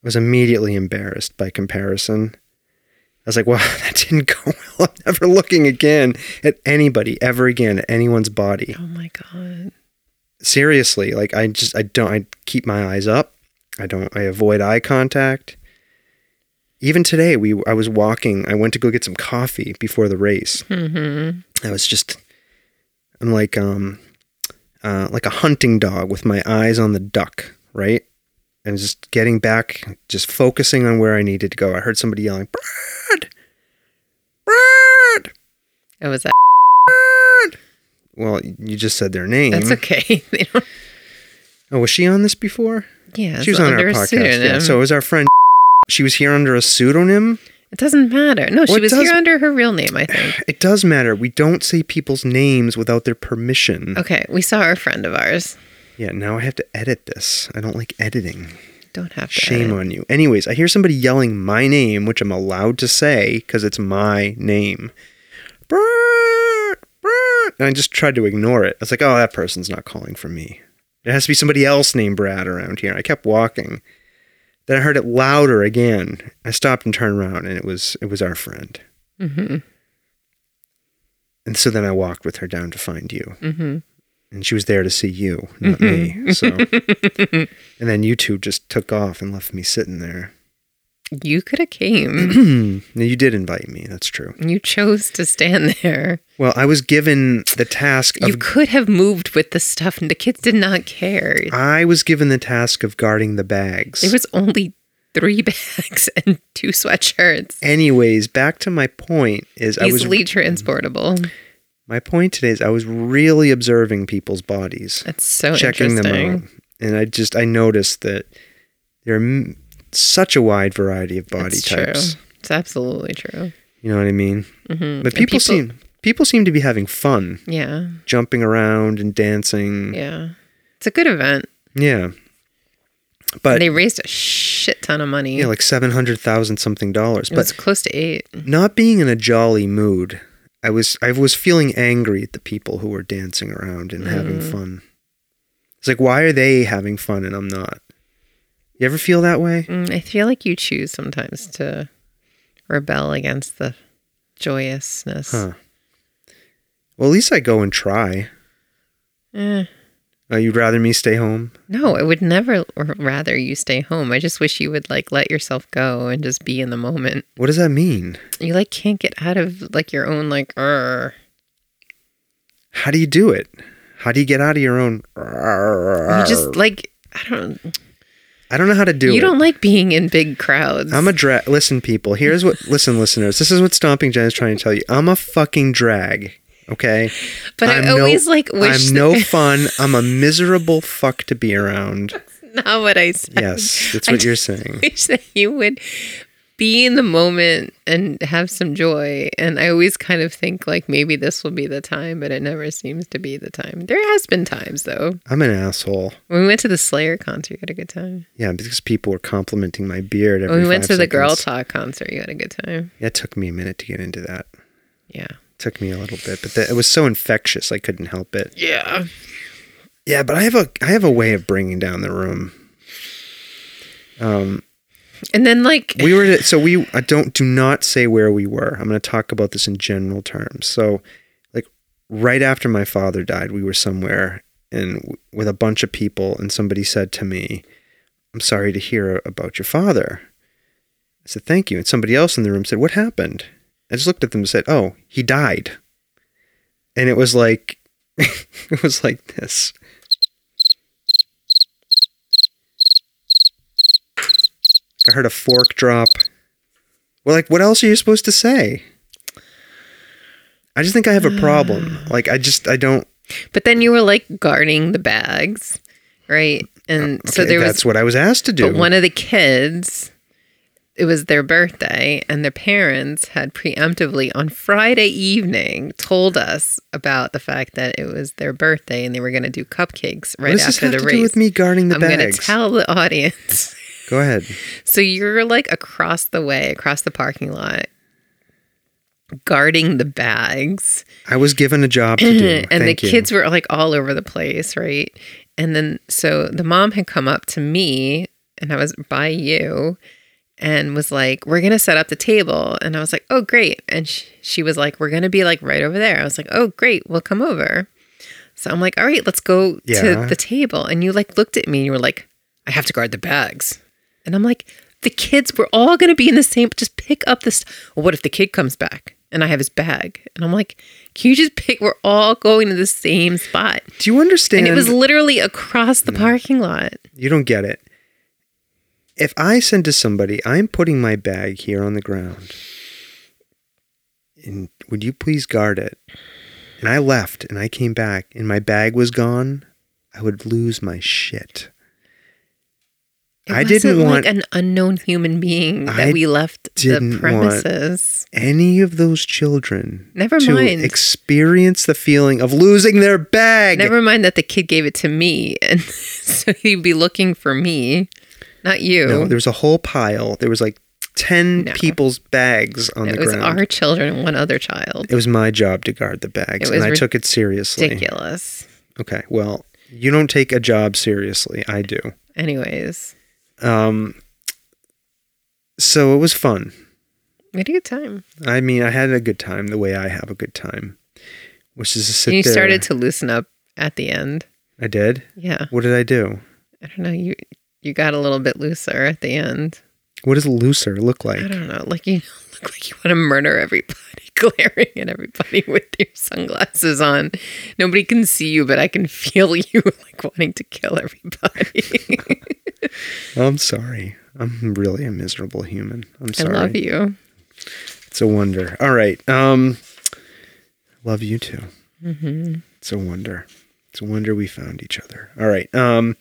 I was immediately embarrassed by comparison. I was like, wow, that didn't go well. I'm never looking again at anybody ever again, at anyone's body. Oh my god. Seriously, like I just I don't I keep my eyes up. I don't I avoid eye contact. Even today we I was walking, I went to go get some coffee before the race. Mm-hmm. I was just I'm like um uh like a hunting dog with my eyes on the duck, right? And just getting back, just focusing on where I needed to go. I heard somebody yelling, Brad! Brad! It was Oh, that. Well, you just said their name. That's okay. They don't- Oh, was she on this before? yeah. she was it's on our under a podcast. Yeah. pseudonym. So it was our friend. She was here under a pseudonym. it doesn't matter. No, she What was does- here under her real name, I think. It does matter. We don't say people's names without their permission. Okay, we saw a friend of ours. Yeah, now I have to edit this. I don't like editing. Don't have to. Shame on you. Anyways, I hear somebody yelling my name, which I'm allowed to say because it's my name. Brrrt, brrrt. And I just tried to ignore it. I was like, oh, that person's not calling for me. There has to be somebody else named Brad around here. I kept walking. Then I heard it louder again. I stopped and turned around, and it was it was our friend. Mm-hmm. And so then I walked with her down to find you, Mm-hmm. and she was there to see you, not me. So, and then you two just took off and left me sitting there. You could have came. no, Hmm. you did invite me. That's true. you chose to stand there. Well, I was given the task of You could have moved with the stuff, and the kids did not care. I was given the task of guarding the bags. There was only three bags and two sweatshirts. Anyways, back to my point is I was Easily transportable. my point today is I was really observing people's bodies, That's so checking them interesting. out, and I just I noticed that there are m- such a wide variety of body That's types. True. It's absolutely true. You know what I mean? Mm-hmm. But people, seem people seem to be having fun, Yeah, jumping around and dancing. yeah. It's a good event. yeah. But they raised a shit ton of money. yeah, like seven hundred thousand something dollars. it But was close to eight. not being in a jolly mood, I was I was feeling angry at the people who were dancing around and having Mm-hmm. fun. It's like why are they having fun and I'm not? You ever feel that way? Mm, I feel like you choose sometimes to rebel against the joyousness. Huh. Well, at least I go and try. Eh. Uh, you'd rather me stay home? No, I would never r- rather you stay home. I just wish you would like let yourself go and just be in the moment. What does that mean? You like can't get out of like your own like "Arr." How do you do it? How do you get out of your own? you just like I don't I don't know how to do you it. don't like being in big crowds. I'm a drag. Listen, people. Here's what. listen, listeners. This is what Stomping Jen is trying to tell you. I'm a fucking drag. Okay. but I'm I no- always like wish I'm no fun. I'm a miserable fuck to be around. not what I said. Yes, that's I what you're just saying. wish that you would be in the moment and have some joy. And I always kind of think like maybe this will be the time, but it never seems to be the time. There has been times though. I'm an asshole. When we went to the Slayer concert, you had a good time. Yeah, because people were complimenting my beard. Every When we went to five the Girl seconds. Talk concert, you had a good time. Yeah, it took me a minute to get into that. Yeah. took me a little bit, but that, it was so infectious. I couldn't help it. Yeah. Yeah, but I have a I have a way of bringing down the room. Um, And then like we were to, so we I don't do not say where we were. I'm going to talk about this in general terms. So, like right after my father died, we were somewhere and w- with a bunch of people, and somebody said to me, "I'm sorry to hear about your father." I said, "Thank you." And somebody else in the room said, "What happened?" I just looked at them and said, "Oh, he died." And it was like, it was like this. I heard a fork drop. Well, like, what else are you supposed to say? I just think I have a problem. Like, I just, I don't. but then you were like guarding the bags, right? And so Oh, okay, there was that's what I was asked to do. But one of the kids, it was their birthday, and their parents had preemptively on Friday evening told us about the fact that it was their birthday and they were going to do cupcakes what right does this after have the to race. do with me guarding the I'm going to bags? tell the audience Go ahead. So you're like across the way, across the parking lot, guarding the bags. I was given a job to do. and Thank the you. kids were like all over the place, right? And then so the mom had come up to me and I was by you and was like, We're gonna set up the table. And I was like, Oh, great. And she, she was like, We're gonna be like right over there. I was like, Oh, great. We'll come over. So I'm like, All right, let's go Yeah. to the table. And you like looked at me and you were like, I have to guard the bags. And I'm like, The kids were all gonna be in the same, just pick up this. Well, what if the kid comes back? And I have his bag. And I'm like, can you just pick? We're all going to the same spot. Do you understand? And it was literally across the parking lot. You don't get it. If I send to somebody, I'm putting my bag here on the ground. And would you please guard it? And I left and I came back and my bag was gone, I would lose my shit. It I didn't wasn't want- like an unknown human being that I we left the didn't want- premises. Any of those children Never to mind. experience the feeling of losing their bag. Never mind that the kid gave it to me, and so he'd be looking for me, not you. No, there was a whole pile. There was like 10 No. people's bags on it the was ground. our children and one other child. it was my job to guard the bags It and was I took it seriously. Ridiculous. Okay. Well, you don't take a job seriously. I do. Anyways, Um, so it was fun. we had a good time. I mean, I had a good time the way I have a good time, which is to sit And you there. started to loosen up at the end. I did. Yeah, What did I do? I don't know. You you got a little bit looser at the end. What does looser look like? I don't know. Like you look like you want to murder everybody, glaring at everybody with your sunglasses on. Nobody can see you, but I can feel you like wanting to kill everybody. I'm sorry. I'm really a miserable human. I'm I sorry. love you. It's a wonder. All right. Um, love you too. It's a wonder. It's a wonder we found each other. All right. Um,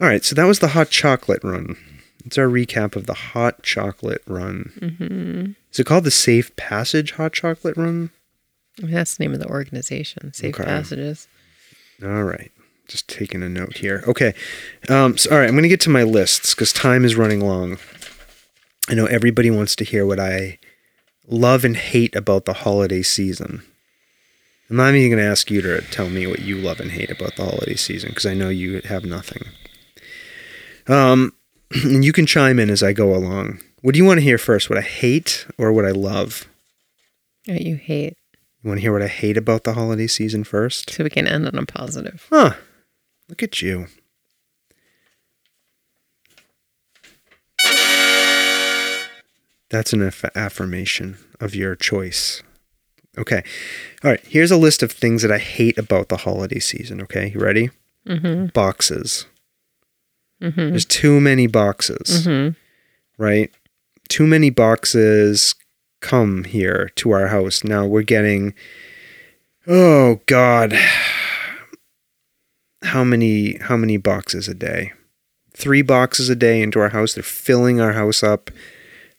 all right. So that was the hot chocolate run. It's our recap of the hot chocolate run. Is it called the Safe Passage Hot Chocolate Run? I mean, that's the name of the organization, Safe Okay. Passages. All right. Just taking a note here. Okay. Um, so, all right. I'm going to get to my lists because time is running long. I know everybody wants to hear what I love and hate about the holiday season. I'm not even going to ask you to tell me what you love and hate about the holiday season because I know you have nothing. Um, and you can chime in as I go along. What do you want to hear first? What I hate or what I love? That you hate, You want to hear what I hate about the holiday season first? so we can end on a positive. Huh. Look at you. That's an aff- affirmation of your choice. Okay. All right. Here's a list of things that I hate about the holiday season. Okay. You ready? Mm-hmm. Boxes. Mm-hmm. There's too many boxes, Mm-hmm. right? Too many boxes come here to our house. Now we're getting, oh God, how many how many boxes a day? Three boxes a day into our house. They're filling our house up.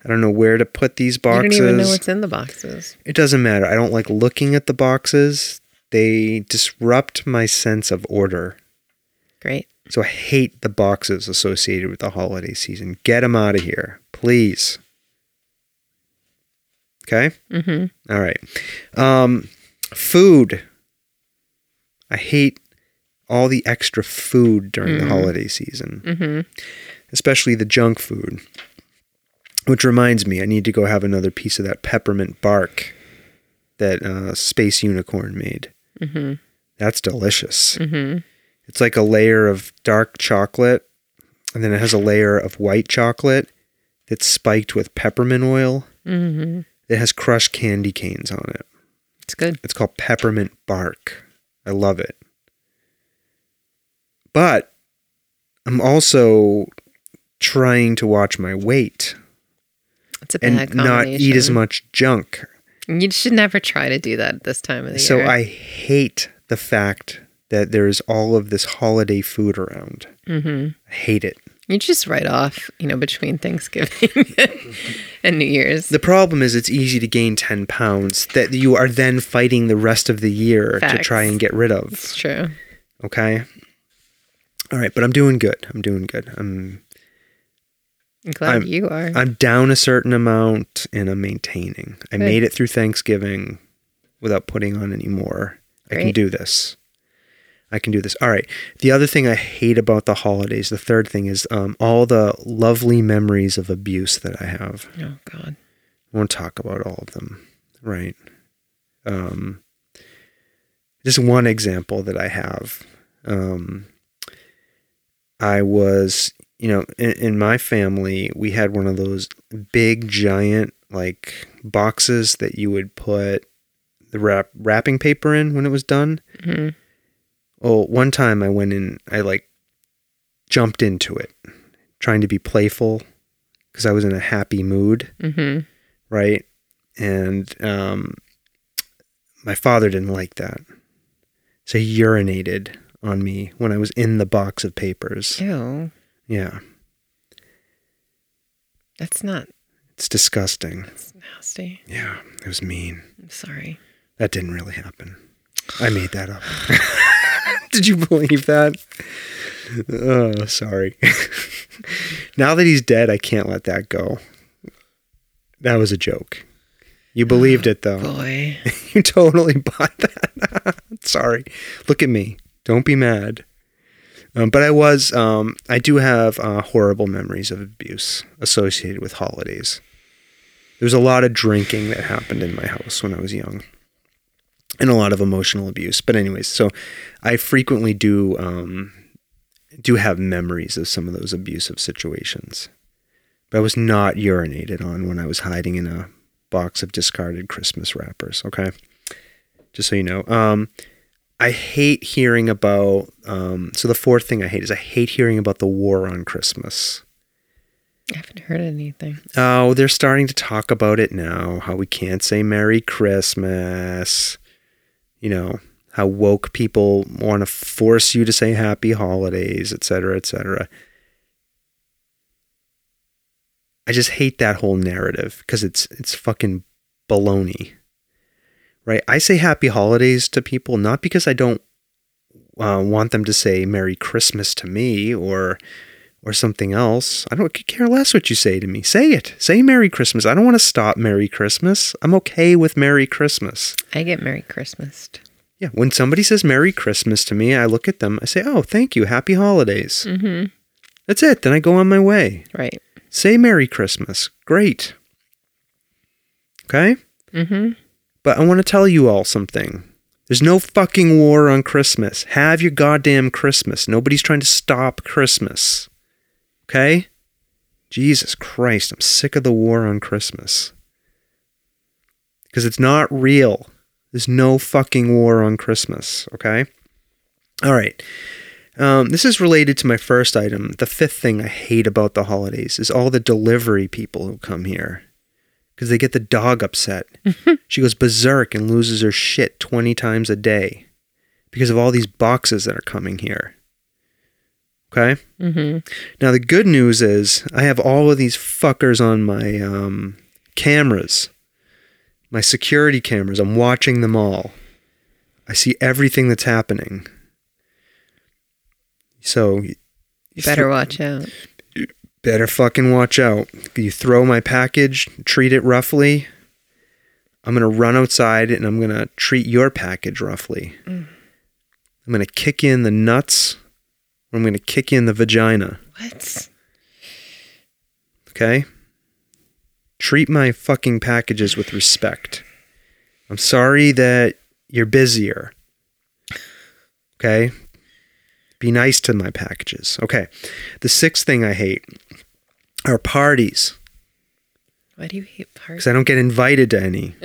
I don't know where to put these You boxes. don't even know what's in the boxes. It doesn't matter. I don't like looking at the boxes. They disrupt my sense of order. Great. So I hate the boxes associated with the holiday season. Get them out of here, please. Okay? Mm-hmm. All right. Um, food. I hate all the extra food during the holiday season, Mm-hmm. especially the junk food. Which reminds me, I need to go have another piece of that peppermint bark that uh, Space Unicorn made. Mm-hmm. That's delicious. Mm-hmm. It's like a layer of dark chocolate, and then it has a layer of white chocolate that's spiked with peppermint oil. Mm-hmm. It has crushed candy canes on it. It's good. It's called peppermint bark. I love it. But I'm also trying to watch my weight It's a bad and not eat as combination. much junk. You should never try to do that at this time of the So year. I hate the fact that there is all of this holiday food around. Mm-hmm. I hate it. You just write off, you know, between Thanksgiving and New Year's. The problem is it's easy to gain 10 pounds that you are then fighting the rest of the year to Facts. try and get rid it's of. true. Okay. All right, but I'm doing good. I'm doing good. I'm I'm glad I'm- you are. I'm down a certain amount and I'm maintaining. I Good. made it through Thanksgiving without putting on any more. I can Great. do this. I can do this. All right. The other thing I hate about the holidays, the third thing is um, all the lovely memories of abuse that I have. oh God. I won't talk about all of them, right? Um, just one example that I have. Um, I was, you know, in, in my family, we had one of those big, giant, like boxes that you would put the wrap, wrapping paper in when it was done. Mhm. Oh, one time I went in, I like jumped into it, trying to be playful because I was in a happy mood Mm-hmm. right? And um, my father didn't like that. So he urinated on me when I was in the box of papers. Ew. Yeah, That's not. it's disgusting. That's nasty. Yeah, it was mean. I'm sorry. That didn't really happen. I made that up. Did you believe that? Oh, sorry. now that he's dead, I can't let that go. That was a joke. You believed it though. Boy. You totally bought that. Sorry. Look at me. Don't be mad. Um, but I was, um, I do have uh, horrible memories of abuse associated with holidays. There was a lot of drinking that happened in my house when I was young and a lot of emotional abuse. But, anyways, so I frequently do. Um, do have memories of some of those abusive situations. But I was not urinated on when I was hiding in a box of discarded Christmas wrappers. Okay. Just so you know. Um, I hate hearing about. Um, so the fourth thing I hate is I hate hearing about the war on Christmas. I haven't heard anything. Oh, they're starting to talk about it now. How we can't say Merry Christmas. You know how woke people want to force you to say Happy Holidays, et cetera, et cetera. I just hate that whole narrative because it's it's fucking baloney, right? I say Happy Holidays to people not because I don't uh, want them to say Merry Christmas to me or or something else. I don't could care less what you say to me. Say it. Say Merry Christmas. I don't want to stop Merry Christmas. I'm okay with Merry Christmas. I get Merry Christmas. Yeah, when somebody says Merry Christmas to me, I look at them. I say, "Oh, thank you. Happy holidays." Mm-hmm. That's it. Then I go on my way. Right. Say Merry Christmas. Great. Okay? Mm-hmm. But I want to tell you all something. There's no fucking war on Christmas. Have your goddamn Christmas. Nobody's trying to stop Christmas. Okay? Jesus Christ, I'm sick of the war on Christmas. Because it's not real. There's no fucking war on Christmas, okay? All right. Um, this is related to my first item. The fifth thing I hate about the holidays is all the delivery people who come here because they get the dog upset. she goes berserk and loses her shit 20 times a day because of all these boxes that are coming here. Okay? Mm-hmm. Now, the good news is I have all of these fuckers on my um, cameras, my security cameras. I'm watching them all. I see everything that's happening. So, You better watch out. better fucking watch out. You throw my package, treat it roughly. I'm going to run outside and I'm going to treat your package roughly. I'm going to kick in the nuts. Or I'm going to kick in the vagina. What? Okay? Treat my fucking packages with respect. I'm sorry that you're busier. Okay? Be nice to my packages. Okay. The sixth thing I hate are parties. Why do you hate because parties? I don't get invited to any.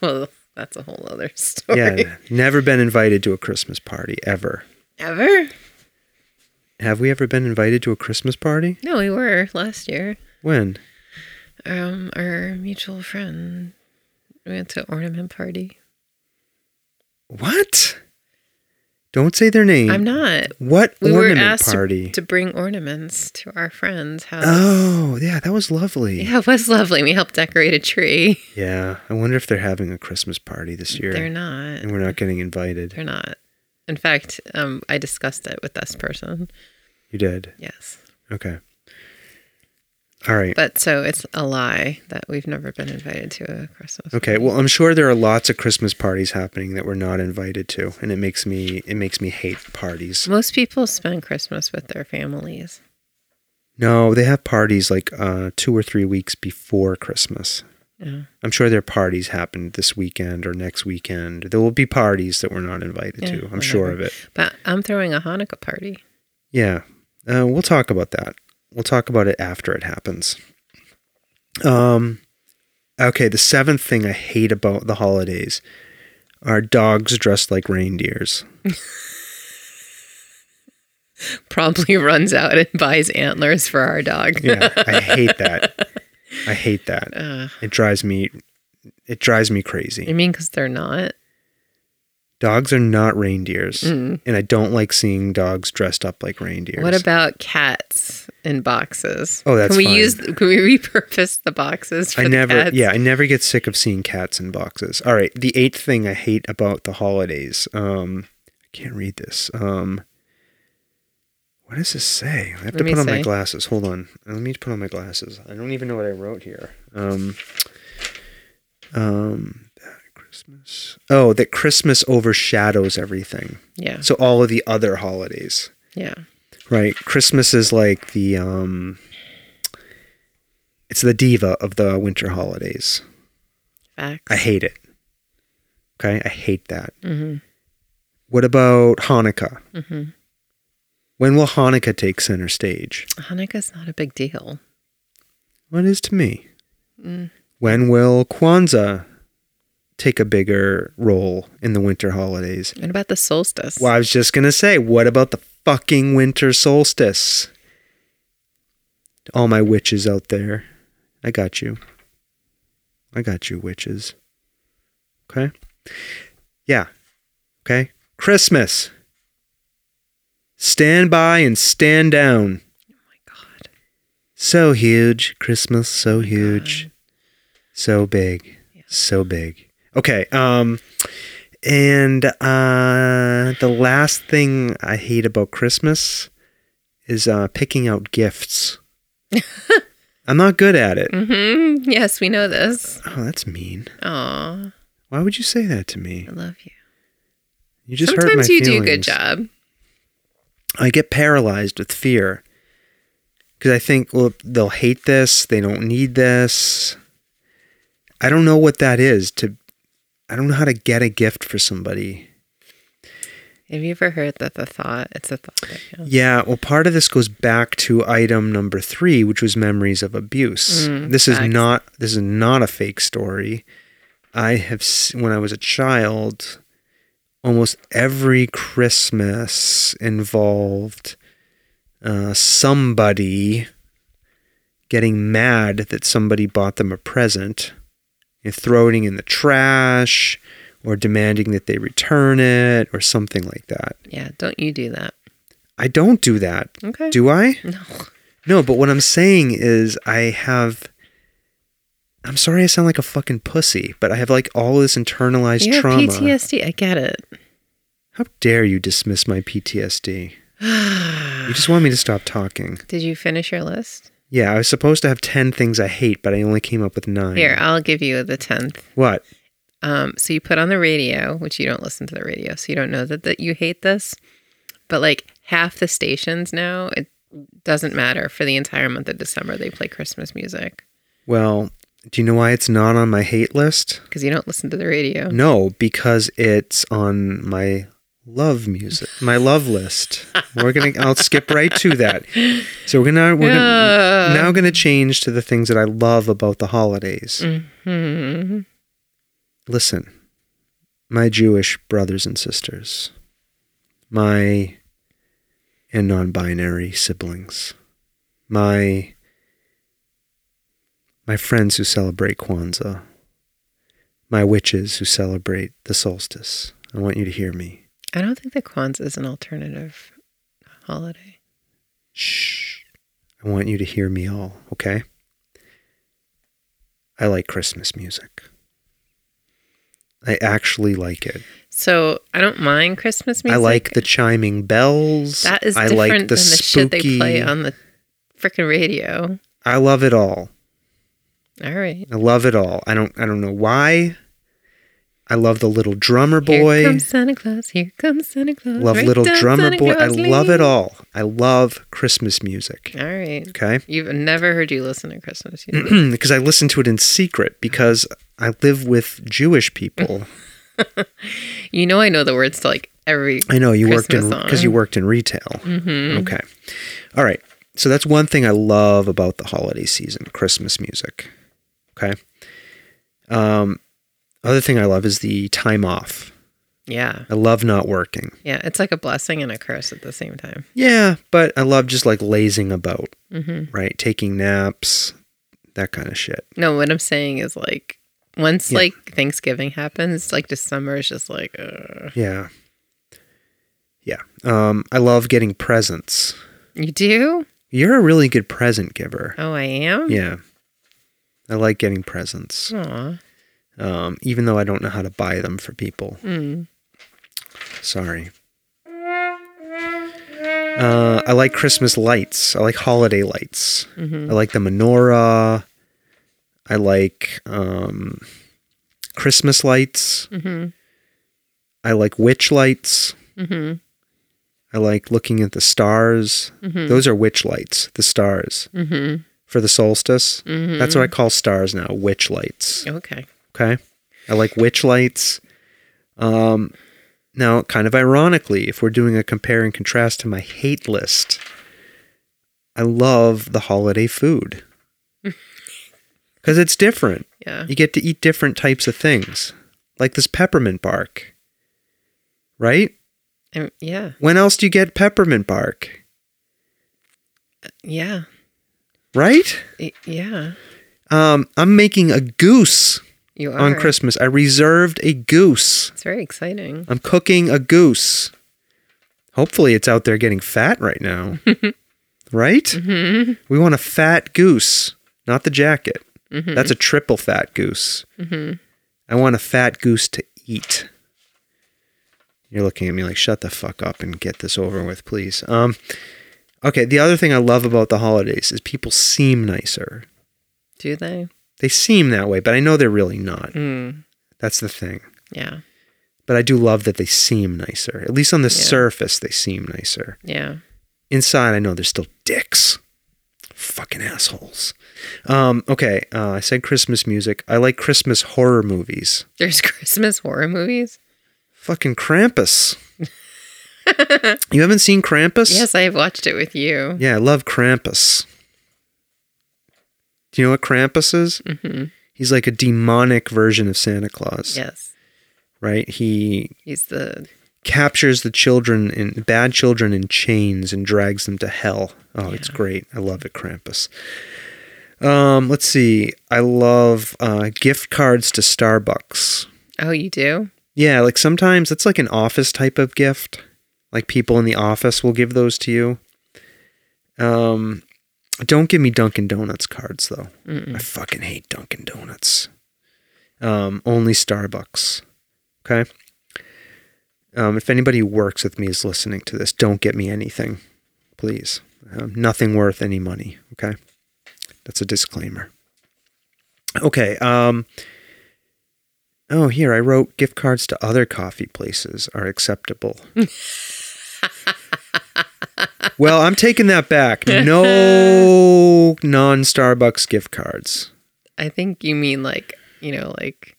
Well, that's a whole other story. yeah, never been invited to a Christmas party ever. Ever? Have we ever been invited to a Christmas party? No, we were last year. When? Um, our mutual friend we went to ornament party. What? Don't say their name. I'm not. What We were ornament asked to- party? To, bring ornaments to our friend's house. oh, yeah, that was lovely. Yeah. Yeah, it was lovely. We helped decorate a tree. I wonder if they're having a Christmas party this year, They're not. and we're not getting invited. They're not. In fact, um, I discussed it with this person. You did. Yes. Okay. All right. But so it's a lie that we've never been invited to a Christmas. Okay. Well, I'm sure there are lots of Christmas parties happening that we're not invited to, and it makes me it makes me hate parties. Most people spend Christmas with their families. No, they have parties like uh, two or three weeks before Christmas. Yeah. I'm sure their parties happen this weekend or next weekend. There will be parties that we're not invited Yeah, to. I'm sure of whatever. it. But I'm throwing a Hanukkah party. Yeah. Uh, we'll talk about that. We'll talk about it after it happens. Um, okay. The seventh thing I hate about the holidays are dogs dressed like reindeers. Promptly runs out and buys antlers for our dog. Yeah. I hate that. I hate that. Ugh. It drives me. It drives me crazy. Uh, you mean because they're not? Dogs are not reindeers, and I don't like seeing dogs dressed up like reindeers. Mm. What about cats in boxes? Oh, that's Can we fine. use? Can we repurpose the boxes? For I the never, cats? yeah, I never get sick of seeing cats in boxes. All right, the eighth thing I hate about the holidays. Um, I can't read this. Um, what does this say? I have Let to me put on my see. glasses. Hold on. Let me put on my glasses. I don't even know what I wrote here. Um, um, that Christmas. Oh, that Christmas overshadows everything. yeah, So all of the other holidays. yeah. Right. Christmas is like the um it's the diva of the winter holidays. Facts. I hate it. Okay? I hate that. Mm-hmm, What about Hanukkah? When will Hanukkah take center stage? Hanukkah's not a big deal. Well, it is to me. When will Kwanzaa take a bigger role in the winter holidays? What about the solstice? Well, I was just gonna say, what about the fucking winter solstice? All my witches out there, I got you. I got you, witches. Okay. Yeah. Okay. Christmas. Stand by and stand down. Oh my God, So huge. Christmas so Oh huge. So big. So big. Okay. Um and uh the last thing I hate about Christmas is uh picking out gifts. I'm not good at it. Mm, yes, we know this. Oh, that's mean. Aw, Why would you say that to me? I love you. You just hurt my Sometimes you do a good feelings. job. I get paralyzed with fear because I think, well, they'll hate this. They don't need this. I don't know what that is. To I don't know how to get a gift for somebody. Have you ever heard that the thought? It's a thought. That counts? Yeah. Well, part of this goes back to item number three, which was memories of abuse. Mm, this is facts. not. This is not a fake story. I have s- when I was a child, almost every Christmas involved uh, somebody getting mad that somebody bought them a present and throwing it in the trash or demanding that they return it or something like that. Yeah, don't you do that? I don't do that. Okay. Do I? no. No, but what I'm saying is I have I'm sorry I sound like a fucking pussy, but I have like all this internalized You have trauma. PTSD. I get it. How dare you dismiss my PTSD? you just want me to stop talking. Did you finish your list? Yeah, I was supposed to have 10 things I hate, but I only came up with 9. Here, I'll give you the tenth. What? Um, so you put on the radio, which you don't listen to the radio, so you don't know that, that you hate this. But like half the stations now, it doesn't matter. For the entire month of December, they play Christmas music Well, do you know why it's not on my hate list? because you don't listen to the radio. No, because it's on my love music, my love list. We're gonna. I'll skip right to that. So we're gonna. We're Uh, gonna, now gonna change to the things that I love about the holidays. Hmm. Listen, my Jewish brothers and sisters, my and non-binary siblings, my my friends who celebrate Kwanzaa my witches who celebrate the solstice. I want you to hear me. I don't think that Kwanzaa is an alternative holiday. Shh. I want you to hear me all, okay? I like Christmas music. I actually like it. So I don't mind Christmas music. I like the chiming bells. that is I different like the than the shit they play on the freaking radio. I love it all. All right. I love it all. I don't I don't know why. I love the little drummer boy. Here comes Santa Claus. Here comes Santa Claus. love right little down drummer Santa boy. I Claus love Lane. it all. I love Christmas music. All right. Okay? You've never heard you listen to Christmas music. because I listen to it in secret because I live with Jewish people. You know I know the words to like every I know you worked in Christmas Mm-hmm. because you song. worked in retail. Okay, all right. So that's one thing I love about the holiday season: Christmas music. Okay. Um, other thing I love is the time off. Yeah. I love not working. Yeah. It's like a blessing and a curse at the same time. Mm-hmm. Yeah, but I love just like lazing about, right? Taking naps, that kind of shit. No, what I'm saying is like once Yeah. like Thanksgiving happens, like December is just like uh, Yeah. Yeah. Um, I love getting presents. you do? You're a really good present giver. Oh, I am? Yeah. I like getting presents, Aw. um, even though I don't know how to buy them for people. Mm. Sorry. Uh, I like Christmas lights. I like holiday lights. Mm-hmm. I like the menorah. I like um, Christmas lights. Mm-hmm. I like witch lights. Mm-hmm. I like looking at the stars. Mm-hmm. Hmm. Those are witch lights, the stars. For the solstice. That's what I call stars now, witch lights. Mm-hmm. Okay. Okay. I like witch lights. Um, now, kind of ironically, if we're doing a compare and contrast to my hate list, I love the holiday food because it's different. Yeah. You get to eat different types of things, like this peppermint bark, right? Um, yeah. When else do you get peppermint bark, Yeah. right? Y- Yeah. Um, I'm making a goose You are. on Christmas. I reserved a goose. It's very exciting. I'm cooking a goose. Hopefully, it's out there getting fat right now. right? We want a fat goose, not the jacket. That's a triple fat goose. I want a fat goose to eat. You're looking at me like, shut the fuck up and get this over with, please. Um, okay, the other thing I love about the holidays is people seem nicer. Do they? They seem that way, but I know they're really not. Mm. That's the thing Yeah. but I do love that they seem nicer. At least on the surface, they seem nicer. Yeah. Inside, I know they're still dicks, fucking assholes. Um, okay, uh, I said Christmas music. I like Christmas horror movies. There's Christmas horror movies. Fucking Krampus. you haven't seen Krampus? Yes, I have watched it with you. Yeah, I love Krampus. Do you know what Krampus is? Mm-hmm. He's like a demonic version of Santa Claus, Yes. right? He He's the captures the children in bad children in chains and drags them to hell. Oh, it's great. I love it, Krampus. Um, let's see. I love uh, gift cards to Starbucks. Oh, you do? Yeah, like sometimes it's like an office type of gift. Like people in the office will give those to you. Um, don't give me Dunkin' Donuts cards though. I fucking hate Dunkin' Donuts. Um, only Starbucks. Okay. Um, if anybody who works with me is listening to this, don't get me anything, please. Um, nothing worth any money. Okay. That's a disclaimer. Okay. Um, Oh, here I wrote gift cards to other coffee places are acceptable. well, I'm taking that back. No non Starbucks gift cards. I think you mean like, you know, like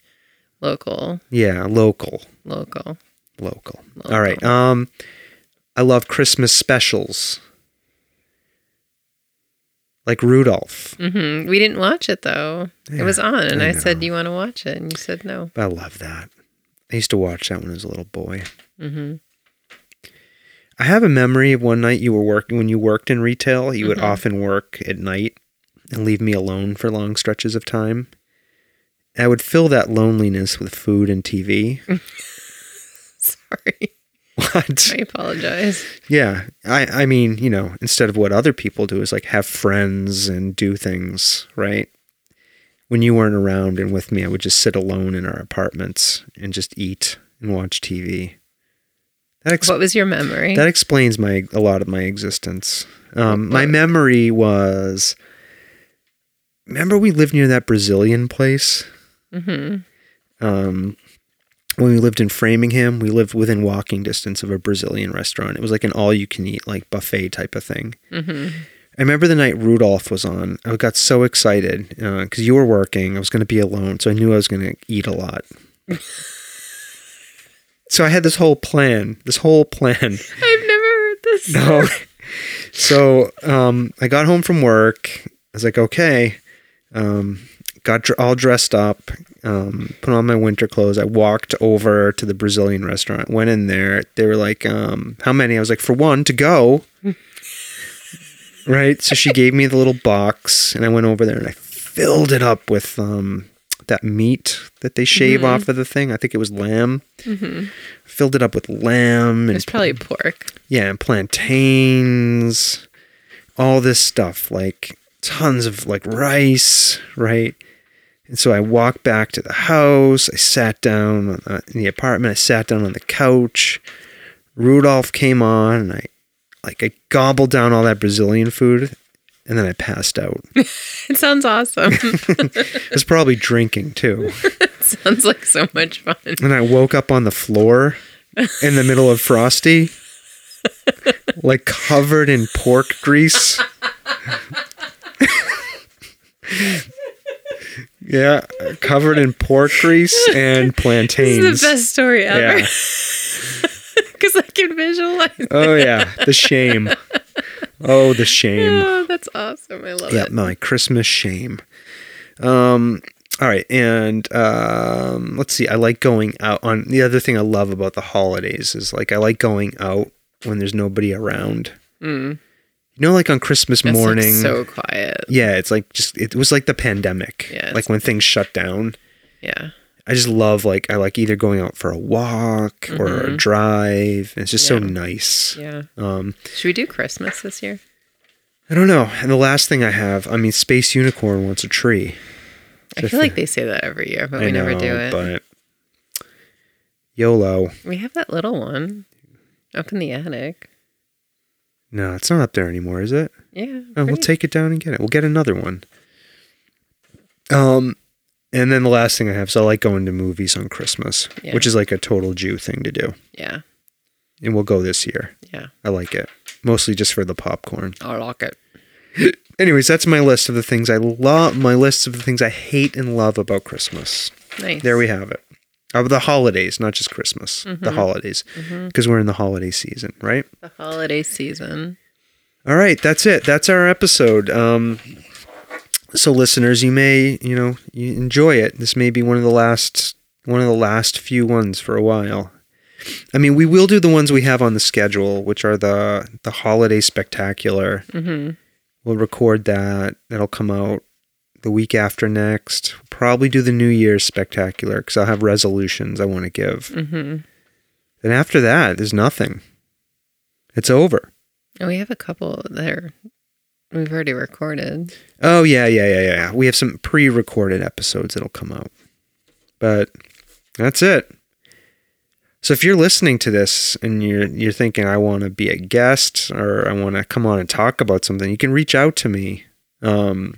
local, Yeah, local, local. local. All right. Um, I love Christmas specials, like Rudolph. hmm We didn't watch it though. it was on, and Mm-hmm. I I, said, "Do you want to watch it?" And you said, "No." I love that. I used to watch that when I was a little boy. Mm-hmm. hmm I have a memory of one night you were working when you worked in retail, you would often work at night and leave me alone for long stretches of time. I would fill that loneliness with food and TV. Sorry, What? I apologize. Yeah. I, I mean, you know, instead of what other people do is like have friends and do things, right? When you weren't around and with me, I would just sit alone in our apartments and just eat and watch TV. That ex- What was your memory? That explains my a lot of my existence. Um, my memory was remember we lived near that Brazilian place? Mm-hmm. Um, when we lived in Framingham, we lived within walking distance of a Brazilian restaurant. It was like an all you can eat, like buffet type of thing. Mm-hmm. I remember the night Rudolph was on. I got so excited because you were working. I was going to be alone, so I knew I was going to eat a lot. so I had this whole plan, this whole plan. I've never heard this. No. so um, I got home from work. I was like, okay. Um, got dr- all dressed up, um, put on my winter clothes. I walked over to the Brazilian restaurant, went in there. They were like, um, how many? I was like, for one to go. right. So she gave me the little box, and I went over there and I filled it up with um, that meat that they shave off of the thing. I think it was lamb. Filled it up with lamb and It's probably pork. yeah, and plantains, all this stuff, like tons of like rice, right? And so I walked back to the house. I sat down on the, in the apartment. I sat down on the couch. Rudolph came on, and I like I gobbled down all that Brazilian food, and then I passed out. It sounds awesome. I was probably drinking too. sounds like so much fun. And I woke up on the floor in the middle of Frosty, like covered in pork grease. yeah, covered in pork grease and This plantains. is the best story ever. Yeah. Because I can visualize. Oh yeah, the shame. Oh, the shame. Oh, that's awesome. I love Yeah, it. my Christmas shame. Um, all right, and um, let's see. I like going out on the other thing I love about the holidays is like I like going out when there's nobody around. You know, like on Christmas It's, Mm. like, morning. so quiet. yeah, it's like just it was like the pandemic. Yeah, like it's- when things shut down. Yeah. I just love like I like either going out for a walk or a drive. It's just so Mm-hmm. Yeah. nice. Yeah. Um, Should we do Christmas this year? I don't know. And the last thing I have, I mean, Space Unicorn wants a tree. I feel like they say that every year, but we never do it. But YOLO. We have that little one up in the attic. No, it's not up there anymore, is it? Yeah. Oh, we'll pretty- take it down and get it. We'll get another one. Um, and then the last thing I have, so I like going to movies on Christmas, Yeah. which is like a total Jew thing to do. yeah. And we'll go this year. Yeah. Oh. I like it. Mostly just for the popcorn. I like it. Anyways, that's my list of the things I love, my list of the things I hate and love about Christmas. Nice. There we have it. Of the holidays, not just Christmas, Mm-hmm. the holidays, because we're in the holiday season, right? The holiday season. All right, that's it. That's our episode. Um, so, listeners, you may you know you enjoy it. This may be one of the last one of the last few ones for a while. I mean, we will do the ones we have on the schedule, which are the the holiday spectacular. Mm-hmm. We'll record that. That'll come out the week after next. Probably do the New Year's spectacular because I'll have resolutions I want to give. Mm-hmm. And after that, there's nothing. It's over. And we have a couple there. We've already recorded. Oh yeah, yeah, yeah, yeah. We have some pre-recorded episodes that'll come out. But that's it. So if you're listening to this and you're you're thinking I want to be a guest or I want to come on and talk about something, you can reach out to me um,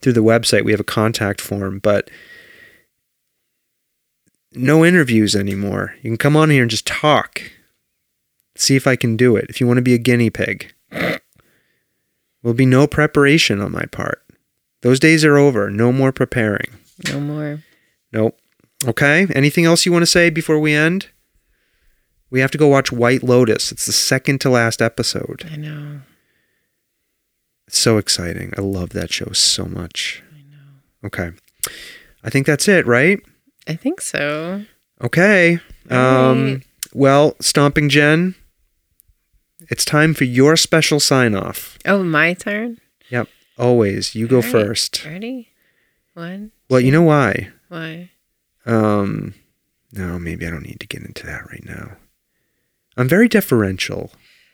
through the website. We have a contact form, but no interviews anymore. You can come on here and just talk. See if I can do it. If you want to be a guinea pig will be no preparation on my part. Those days are over. No more preparing. No more. Nope. Okay. Anything else you want to say before we end? We have to go watch White Lotus. It's the second to last episode. I know. It's so exciting. I love that show so much. I know. Okay. I think that's it, right? I think so. Okay. Um, Alright. well, Stomping Jen, it's time for your special sign off. Oh, my turn. Yep. Always, you go Alright. first. Ready? One. Well, you know why? Why? Um, no, maybe I don't need to get into that right now. I'm very deferential.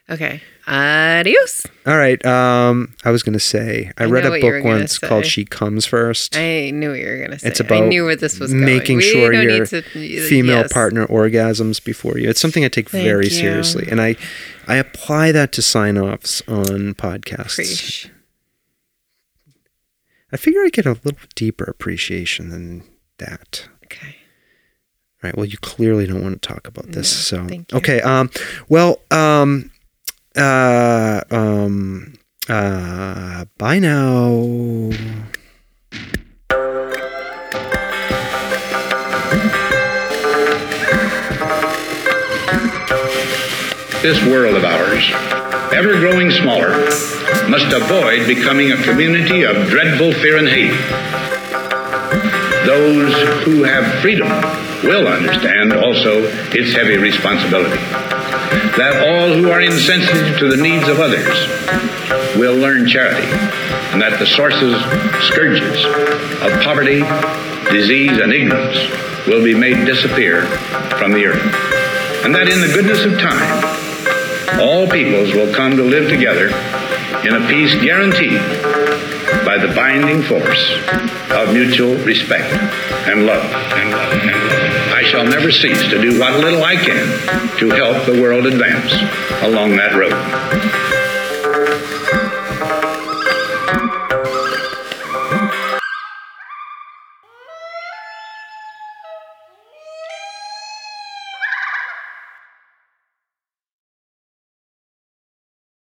Okay. Adios. All right. Um, I was gonna say I, I read know a what you were book gonna once called say. "She Comes First. I knew what you were gonna say. It's I about knew where this was going. making We sure don't your need to- female yes. partner orgasms before you. It's something I take Thank very you. seriously, and I I apply that to sign offs on podcasts. Preach. I figure I get a little deeper appreciation than that. Okay. All right. Well, you clearly don't want to talk about this. No, so thank you. okay. Um. Well. Um. Uh. Um. Uh. Bye now. This world of ours, ever growing smaller, must avoid becoming a community of dreadful fear and hate. Those who have freedom will understand also its heavy responsibility. That all who are insensitive to the needs of others will learn charity, and that the sources, scourges of poverty, disease, and ignorance will be made disappear from the earth. And that in the goodness of time, all peoples will come to live together in a peace guaranteed by the binding force of mutual respect and love. And love, and love. I shall never cease to do what little I can to help the world advance along that road.